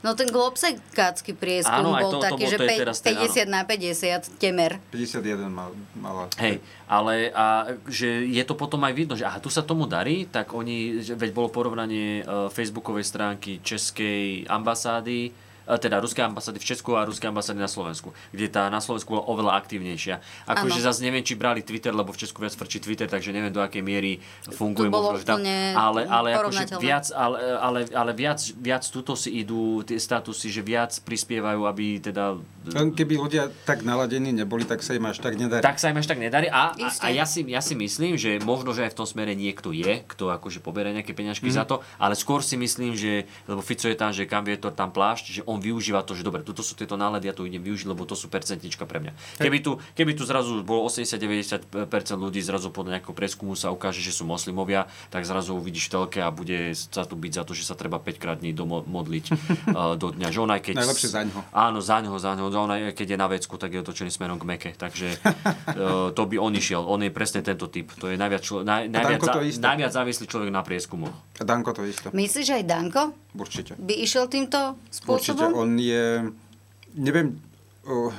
[SPEAKER 1] No ten globsekácky prieskum
[SPEAKER 2] Áno, aj
[SPEAKER 1] bol
[SPEAKER 2] to- to
[SPEAKER 1] taký,
[SPEAKER 2] bol-
[SPEAKER 1] že
[SPEAKER 2] to je
[SPEAKER 1] pe-
[SPEAKER 2] teraz ten, áno.
[SPEAKER 1] 50 na 50 temer.
[SPEAKER 3] 51 mal, mala.
[SPEAKER 2] Hej, ale a, že je to potom aj vidno, že aha, tu sa tomu darí, tak oni, že, veď bolo porovnanie e, facebookovej stránky českej ambasády, e, teda ruskej ambasády v Česku a ruskej ambasády na Slovensku, kde tá na Slovensku bola oveľa aktívnejšia. Akože
[SPEAKER 1] Áno.
[SPEAKER 2] zase neviem, či brali Twitter, lebo v Česku viac frčí Twitter, takže neviem, do akej miery
[SPEAKER 1] To
[SPEAKER 2] funguje.
[SPEAKER 1] bolo
[SPEAKER 2] možno, že tam-
[SPEAKER 1] úplne
[SPEAKER 2] ale, ale akože
[SPEAKER 1] porovnateľné.
[SPEAKER 2] viac, ale, ale, ale viac, viac tuto si idú tie statusy, že viac prispievajú, aby teda
[SPEAKER 3] Len keby ľudia tak naladení neboli, tak sa im až tak nedarí.
[SPEAKER 2] tak sa im až tak nedarí. A, a,
[SPEAKER 1] Isté.
[SPEAKER 2] a ja, si, ja si myslím, že možno, že aj v tom smere niekto je, kto akože poberá nejaké peňažky
[SPEAKER 3] Mhm.
[SPEAKER 2] za to, ale skôr si myslím, že, lebo Fico je tam, že kam vietor, tam plášť, že on využíva to, že dobre, tuto sú tieto nálady, ja to idem využiť, lebo to sú percentička pre mňa. Keby tu, keby tu zrazu bolo 80-90% ľudí, zrazu podľa nejakého preskumu sa ukáže, že sú moslimovia, tak zrazu uvidíš v telke a bude sa tu byť za to, že sa treba 5 krát dní domo-
[SPEAKER 3] (laughs)
[SPEAKER 2] modliť eh, do dňa. Že on aj keď...
[SPEAKER 3] Najlepšie za ňoho.
[SPEAKER 2] Áno, za ňoho, za ňoho. On aj keď No, je na vecku, tak je otočený smerom k meke. Takže
[SPEAKER 3] (laughs)
[SPEAKER 2] e, to by on išiel. On je presne tento typ. To je najviac, člo- naj, najviac,
[SPEAKER 3] Danko
[SPEAKER 2] za,
[SPEAKER 3] to isté.
[SPEAKER 2] najviac závislý človek na prieskumoch.
[SPEAKER 3] A Danko to isté.
[SPEAKER 1] Myslíš, že aj Danko
[SPEAKER 3] Určite.
[SPEAKER 1] by išiel týmto
[SPEAKER 3] Určite.
[SPEAKER 1] spôsobom?
[SPEAKER 3] On je... Neviem... Uh,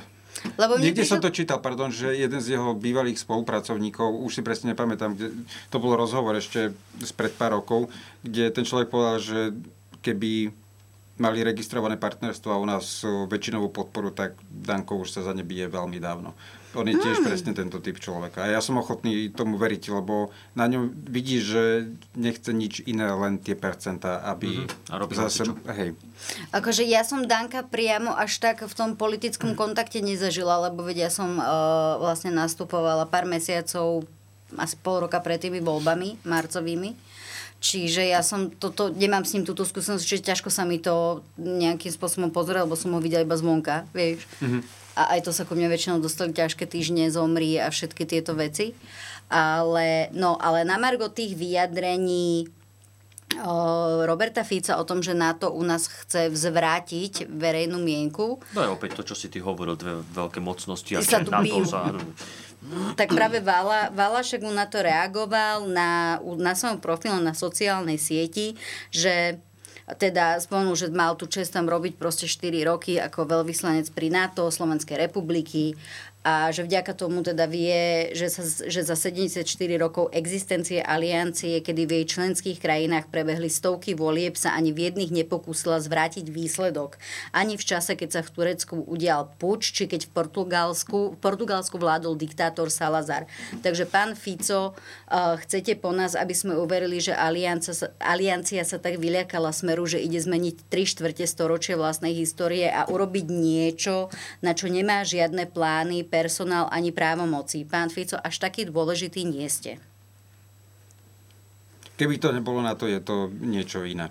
[SPEAKER 1] Lebo mne
[SPEAKER 3] Niekde som
[SPEAKER 1] prišlo-
[SPEAKER 3] to čítal, pardon, že jeden z jeho bývalých spolupracovníkov, už si presne nepamätám, kde, to bol rozhovor ešte spred pár rokov, kde ten človek povedal, že keby mali registrované partnerstvo a u nás uh, väčšinovú podporu, tak Danko už sa za ne bije veľmi dávno. On je
[SPEAKER 1] Hmm.
[SPEAKER 3] tiež presne tento typ človeka. A ja som ochotný tomu veriť, lebo na ňom vidíš, že nechce nič iné, len tie percentá, aby
[SPEAKER 2] Mhm. A robí
[SPEAKER 3] zase...
[SPEAKER 2] hocičo.
[SPEAKER 3] Hej.
[SPEAKER 1] Akože ja som Danka priamo až tak v tom politickom kontakte nezažila, lebo veď ja som e, vlastne nastupovala pár mesiacov, asi pol roka pred tými voľbami marcovými. Čiže ja som toto, nemám s ním túto skúsenosť, čiže ťažko sa mi to nejakým spôsobom pozrieť, lebo som ho videla iba zvonka, vieš. A aj to sa ku mne väčšinou dostali ťažké týždne, zomri a všetky tieto veci. Ale, no, ale na margo tých vyjadrení o, Roberta Fica o tom, že NATO u nás chce vzvrátiť verejnú mienku,
[SPEAKER 2] To No je opäť to, čo si ty hovoril, dve veľké mocnosti.
[SPEAKER 1] Ty sa
[SPEAKER 2] že
[SPEAKER 1] tu
[SPEAKER 2] na to
[SPEAKER 1] bijú.
[SPEAKER 2] sa- áno.
[SPEAKER 1] tak práve Vala, Valašek mu na to reagoval na, na svojom profile na sociálnej sieti, že teda spomenul, že mal tu čest tam robiť proste 4 roky ako veľvyslanec pri NATO Slovenskej republiky a že vďaka tomu teda vie, že, sa, že za 74 rokov existencie aliancie, kedy v jej členských krajinách prebehli stovky volieb, sa ani v jedných nepokúsila zvrátiť výsledok. Ani v čase, keď sa v Turecku udial puč, či keď v Portugalsku, v Portugalsku vládol diktátor Salazar. Takže pán Fico, eh, chcete po nás, aby sme uverili, že aliancia sa, aliancia sa tak vyliakala smeru, že ide zmeniť 3 štvrte storočie vlastnej histórie a urobiť niečo, na čo nemá žiadne plány, personál ani právomoci. Pán Fico, až taký dôležitý nie ste.
[SPEAKER 3] Keby to nebolo na to, je to niečo iné.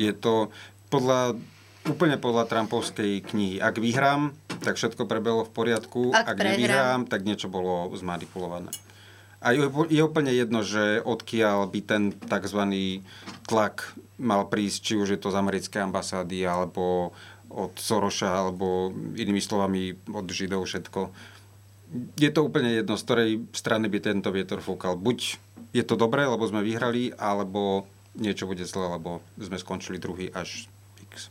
[SPEAKER 3] Je to podľa, úplne podľa Trumpovskej knihy. Ak vyhrám, tak všetko prebehlo v poriadku.
[SPEAKER 1] Ak
[SPEAKER 3] Ak,
[SPEAKER 1] prehrám.
[SPEAKER 3] nevyhrám, tak niečo bolo zmanipulované. A je, je úplne jedno, že odkiaľ by ten tzv. tlak mal prísť, či už je to z americkej ambasády, alebo od Soroša, alebo inými slovami od Židov všetko. Je to úplne jedno, z ktorej strany by tento vietor fúkal. Buď je to dobré, lebo sme vyhrali, alebo niečo bude zle, lebo sme skončili druhý až x.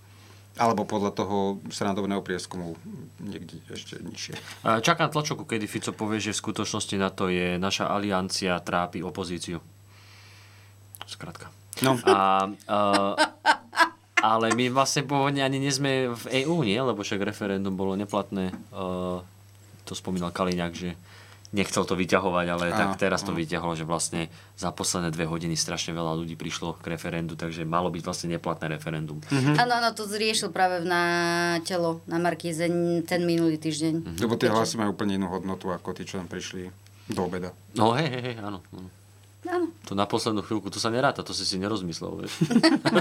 [SPEAKER 3] Alebo podľa toho srandovného prieskumu niekde ešte nižšie.
[SPEAKER 2] E, Čakám tlačovku, kedy Fico povie, že v skutočnosti na to je naša aliancia trápi opozíciu. Skrátka.
[SPEAKER 3] No.
[SPEAKER 2] (laughs) A, uh, ale my vlastne pôvodne ani nie sme v EÚ, nie? Lebo však referendum bolo neplatné. Uh, to spomínal Kaliňák, že nechcel to vyťahovať, ale
[SPEAKER 3] Áno,
[SPEAKER 2] tak teraz to
[SPEAKER 3] áno.
[SPEAKER 2] vyťahol, že vlastne za posledné dve hodiny strašne veľa ľudí prišlo k referendu, takže malo byť vlastne neplatné referendum.
[SPEAKER 1] Áno, áno, to zriešil práve na telo, na Markíze ten minulý týždeň.
[SPEAKER 3] Lebo tie hlasy majú úplne inú hodnotu ako tí, čo tam prišli do obeda.
[SPEAKER 2] No hej, hej, hej, áno. áno.
[SPEAKER 1] Áno.
[SPEAKER 2] To na poslednú chvíľku, to sa neráta, to si si nerozmyslel, vieš.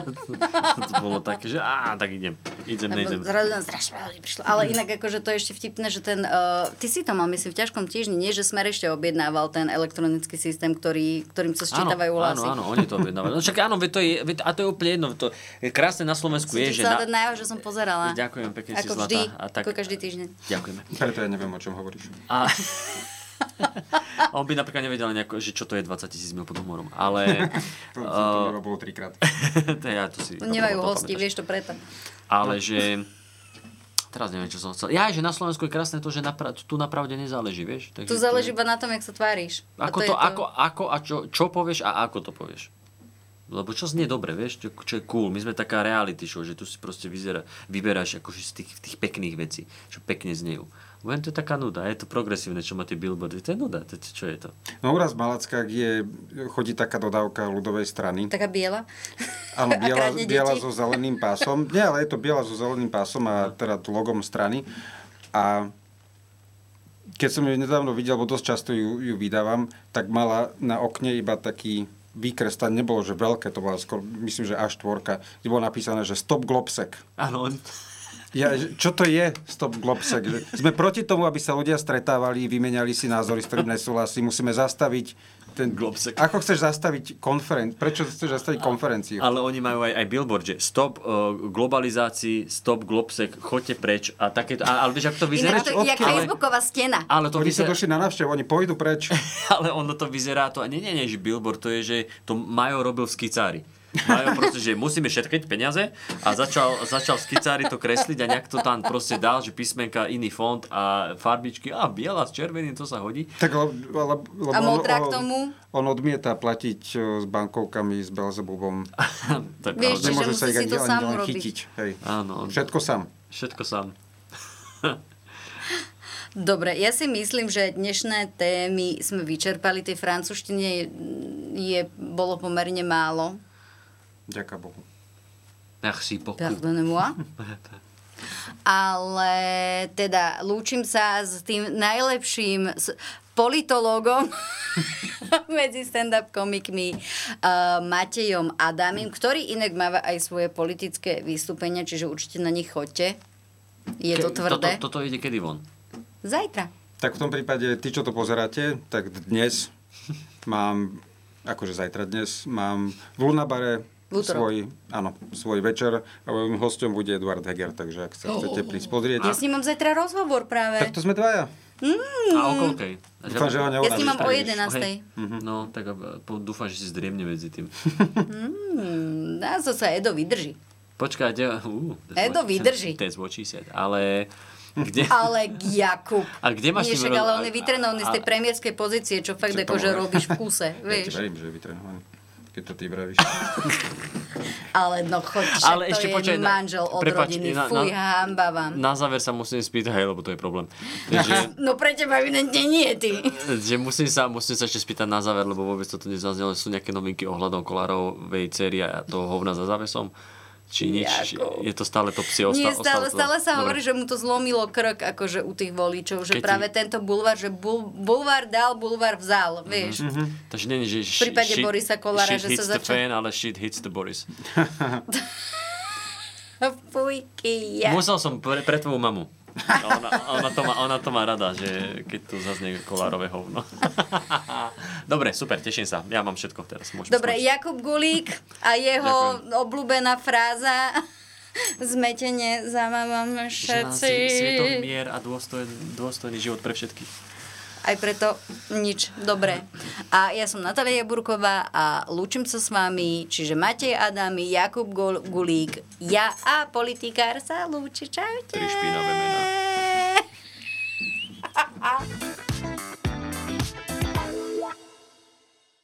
[SPEAKER 2] (laughs) to bolo také, že á, tak idem, idem, nejdem.
[SPEAKER 1] Lebo
[SPEAKER 2] Mm.
[SPEAKER 1] Zrazu tam strašne veľa ľudí prišlo. Ale inak akože to je ešte vtipné, že ten... Uh, ty si to mal, myslím, v ťažkom týždni, nie, že Smer ešte objednával ten elektronický systém, ktorý, ktorým sa sčítavajú
[SPEAKER 2] áno,
[SPEAKER 1] hlasy.
[SPEAKER 2] áno, áno, oni to objednávajú. No však áno, veď to je, veď, a to je úplne jedno. To, je krásne na Slovensku
[SPEAKER 1] Som
[SPEAKER 2] je,
[SPEAKER 1] ti
[SPEAKER 2] že...
[SPEAKER 1] chcela dať
[SPEAKER 2] Na,
[SPEAKER 1] najavo, že som pozerala.
[SPEAKER 2] Ďakujem pekne, si
[SPEAKER 1] Ako
[SPEAKER 2] zlatá.
[SPEAKER 1] vždy,
[SPEAKER 2] A tak-
[SPEAKER 1] ako každý týždeň.
[SPEAKER 2] ďakujeme.
[SPEAKER 3] Preto ja neviem, o čom hovoríš.
[SPEAKER 2] A... a on by napríklad nevedel, nejako, že čo to je 20 tisíc mil pod humorom,
[SPEAKER 1] (laughs)
[SPEAKER 2] ale...
[SPEAKER 3] To som to
[SPEAKER 2] eh,
[SPEAKER 3] bolo trikrát.
[SPEAKER 2] to ja to si...
[SPEAKER 1] Nemajú
[SPEAKER 2] to
[SPEAKER 1] hosti,
[SPEAKER 2] pamätáš.
[SPEAKER 1] vieš No. to preto.
[SPEAKER 2] Ale že... Teraz neviem, čo som chcel. Ja, že na Slovensku je krásne to, že napra- tu napravde nezáleží, vieš? Takže
[SPEAKER 1] Tu
[SPEAKER 2] to
[SPEAKER 1] záleží
[SPEAKER 2] je-
[SPEAKER 1] iba na tom, jak sa tváriš. A
[SPEAKER 2] Ako
[SPEAKER 1] je
[SPEAKER 2] to, ako, ako a čo, čo povieš a ako to povieš. Lebo čo znie dobre, vieš, čo, čo je cool. My sme taká reality show, že tu si proste vyzerá, vyberáš akože z tých, tých pekných vecí, čo pekne znejú. Len to je taká nuda, je to progresívne, čo má tie billboardy, to je nuda, to, čo je to?
[SPEAKER 3] No u nás v Malackách je, chodí taká dodávka ľudovej strany.
[SPEAKER 1] Taká biela. (laughs) A
[SPEAKER 3] Áno, biela,
[SPEAKER 1] kradne
[SPEAKER 3] biela
[SPEAKER 1] deti.
[SPEAKER 3] so zeleným pásom. Nie, ale je to biela so zeleným pásom a teda logom strany. A keď som ju nedávno videl, bo dosť často ju, ju vydávam, tak mala na okne iba taký výkres, tam nebolo, že veľké, to bola skôr, myslím, že až tvorka, kde bolo napísané, že stop globsek.
[SPEAKER 2] Áno,
[SPEAKER 3] Ja, že čo to je stop globsek? Že Sme proti tomu, aby sa ľudia stretávali, vymeniali si názory, s ktorým nesúhlasí. Musíme zastaviť ten...
[SPEAKER 2] Globsek.
[SPEAKER 3] Ako chceš zastaviť konferenciu? Prečo chceš zastaviť konferenciu?
[SPEAKER 2] Ale oni majú aj, aj billboard, že stop uh, globalizácii, stop globsek, choďte preč a takéto, a, ale vieš, ako to vyzerá?
[SPEAKER 1] Inak to je jak Facebooková stena.
[SPEAKER 2] ale to
[SPEAKER 3] Oni sa
[SPEAKER 2] vyzerá-
[SPEAKER 3] došli na návštevu, oni pôjdu (laughs) preč.
[SPEAKER 2] (laughs) Ale ono to vyzerá to, nie, nie, nie, že billboard, to je, že to Majo robil v skicári. Majo proste, že musíme šetriť peniaze a začal, začal v skicári to kresliť a nejak to tam proste dal, že písmenka, iný fond a farbičky a biela s červeným, to sa hodí. (laughs)
[SPEAKER 3] Tak le, le, lebo
[SPEAKER 1] A
[SPEAKER 3] on-
[SPEAKER 1] modrá k
[SPEAKER 3] on-
[SPEAKER 1] tomu?
[SPEAKER 3] On odmieta platiť e, s bankovkami, s Belzebubom.
[SPEAKER 2] To je
[SPEAKER 1] Vieš,
[SPEAKER 2] pravda.
[SPEAKER 1] že
[SPEAKER 3] Nemôže sa
[SPEAKER 1] musí
[SPEAKER 3] ich
[SPEAKER 1] si
[SPEAKER 3] ani
[SPEAKER 1] to
[SPEAKER 3] len-
[SPEAKER 1] sám
[SPEAKER 3] len
[SPEAKER 1] urobiť.
[SPEAKER 3] chytiť. Hej.
[SPEAKER 2] Áno, on-
[SPEAKER 3] Všetko sám.
[SPEAKER 2] Všetko sám.
[SPEAKER 1] Dobre, ja si myslím, že dnešné témy sme vyčerpali. Tej francúzštiny je, je, bolo pomerne málo.
[SPEAKER 3] Ďaká Bohu.
[SPEAKER 2] Merci beaucoup.
[SPEAKER 1] Pardonnez-moi. Ale teda lúčim sa s tým najlepším s- politológom (laughs) medzi stand-up komikmi uh, Matejom Adamim, ktorý inak máva aj svoje politické vystúpenia, čiže určite na nich chodte. Je to
[SPEAKER 2] Ke-
[SPEAKER 1] tvrdé.
[SPEAKER 2] Toto, toto ide kedy von?
[SPEAKER 1] Zajtra.
[SPEAKER 3] Tak v tom prípade, ty, čo to pozeráte, tak dnes mám, akože zajtra dnes, mám v Lunabare
[SPEAKER 1] V útorok.
[SPEAKER 3] svoj, áno, svoj večer a mojím hostom bude Eduard Heger, takže ak sa chcete prísť
[SPEAKER 1] Ja
[SPEAKER 3] pozrieť,
[SPEAKER 1] s ním mám zajtra rozhovor práve.
[SPEAKER 3] tak to sme dvaja.
[SPEAKER 2] A
[SPEAKER 1] Mm.
[SPEAKER 2] o koľkej?
[SPEAKER 3] Dúfam, že ho
[SPEAKER 1] Ja s
[SPEAKER 3] Mhm.
[SPEAKER 1] ním
[SPEAKER 3] neurazíš
[SPEAKER 1] mám o
[SPEAKER 3] príliš.
[SPEAKER 1] 11.
[SPEAKER 2] No, tak a- po- dúfam, že si zdriemne medzi tým.
[SPEAKER 1] Mm, dá sa sa Edo vydrží.
[SPEAKER 2] Počkajte, uh,
[SPEAKER 1] Edo vydrží.
[SPEAKER 2] To je zvočí set, ale... Kde?
[SPEAKER 1] Ale Jakub.
[SPEAKER 2] A kde máš
[SPEAKER 1] Nie, však,
[SPEAKER 2] tým roz-
[SPEAKER 1] ale on je
[SPEAKER 2] a-
[SPEAKER 1] vytrenovaný z tej
[SPEAKER 2] a-
[SPEAKER 1] premiérskej pozície, čo fakt
[SPEAKER 3] Čo
[SPEAKER 1] ako,
[SPEAKER 3] to
[SPEAKER 1] že
[SPEAKER 3] hovoríš?
[SPEAKER 1] robíš
[SPEAKER 3] (laughs)
[SPEAKER 1] v kuse,
[SPEAKER 3] Ja ti
[SPEAKER 1] vieš.
[SPEAKER 3] verím, že je vytrenovaný, keď to ty vravíš.
[SPEAKER 1] Ale no choď, však
[SPEAKER 2] Ale
[SPEAKER 1] to
[SPEAKER 2] ešte
[SPEAKER 1] je
[SPEAKER 2] počkaj, na-
[SPEAKER 1] manžel od
[SPEAKER 2] prepáč,
[SPEAKER 1] rodiny,
[SPEAKER 2] na-
[SPEAKER 1] fuj,
[SPEAKER 2] na-
[SPEAKER 1] hamba vám.
[SPEAKER 2] Na záver sa musím spýtať, hej, lebo to je problém.
[SPEAKER 1] (laughs)
[SPEAKER 2] Takže,
[SPEAKER 1] No pre teba evidentne nie, ty.
[SPEAKER 2] že musím, sa, musím sa ešte spýtať na záver, lebo vôbec toto nezaznelo. Sú nejaké novinky ohľadom Kolárovej cery a toho hovna za závesom? Či nič?
[SPEAKER 1] Jako.
[SPEAKER 2] Je to stále to psie?
[SPEAKER 1] Nie, stále,
[SPEAKER 2] to-
[SPEAKER 1] stále sa hovorí,
[SPEAKER 2] Dobre.
[SPEAKER 1] že mu to zlomilo krk akože u tých voličov, že
[SPEAKER 2] Keď ti-
[SPEAKER 1] práve tento bulvár, že bul, bulvár dal, bulvár vzal, vieš.
[SPEAKER 2] Takže nie, že
[SPEAKER 1] V prípade Borisa Kolára,
[SPEAKER 2] shit
[SPEAKER 1] že
[SPEAKER 2] hits
[SPEAKER 1] sa
[SPEAKER 2] the
[SPEAKER 1] začal-
[SPEAKER 2] fan, ale shit hits the Boris.
[SPEAKER 1] Fujky, ja. No
[SPEAKER 2] Musel som pre, pre tvoju mamu. Ona, ona, to má, ona to má rada, že keď tu zaznie kolárové hovno. (laughs) Dobre, super, teším sa. Ja mám všetko teraz. Môžem
[SPEAKER 1] Dobre, Jakub Gulík a jeho obľúbená fráza (laughs) zmetenie za mamom všetci.
[SPEAKER 2] Svetový mier a dôstojný, dôstojný život pre všetkých.
[SPEAKER 1] Aj preto nič. Dobre. A ja som Natália Jaburková a lúčim sa s vami, čiže Matej Adami, Jakub Gul- Gulík, ja a politikár sa lúči. Čaute. (laughs)
[SPEAKER 2] Tri špinavé mená.
[SPEAKER 1] mená.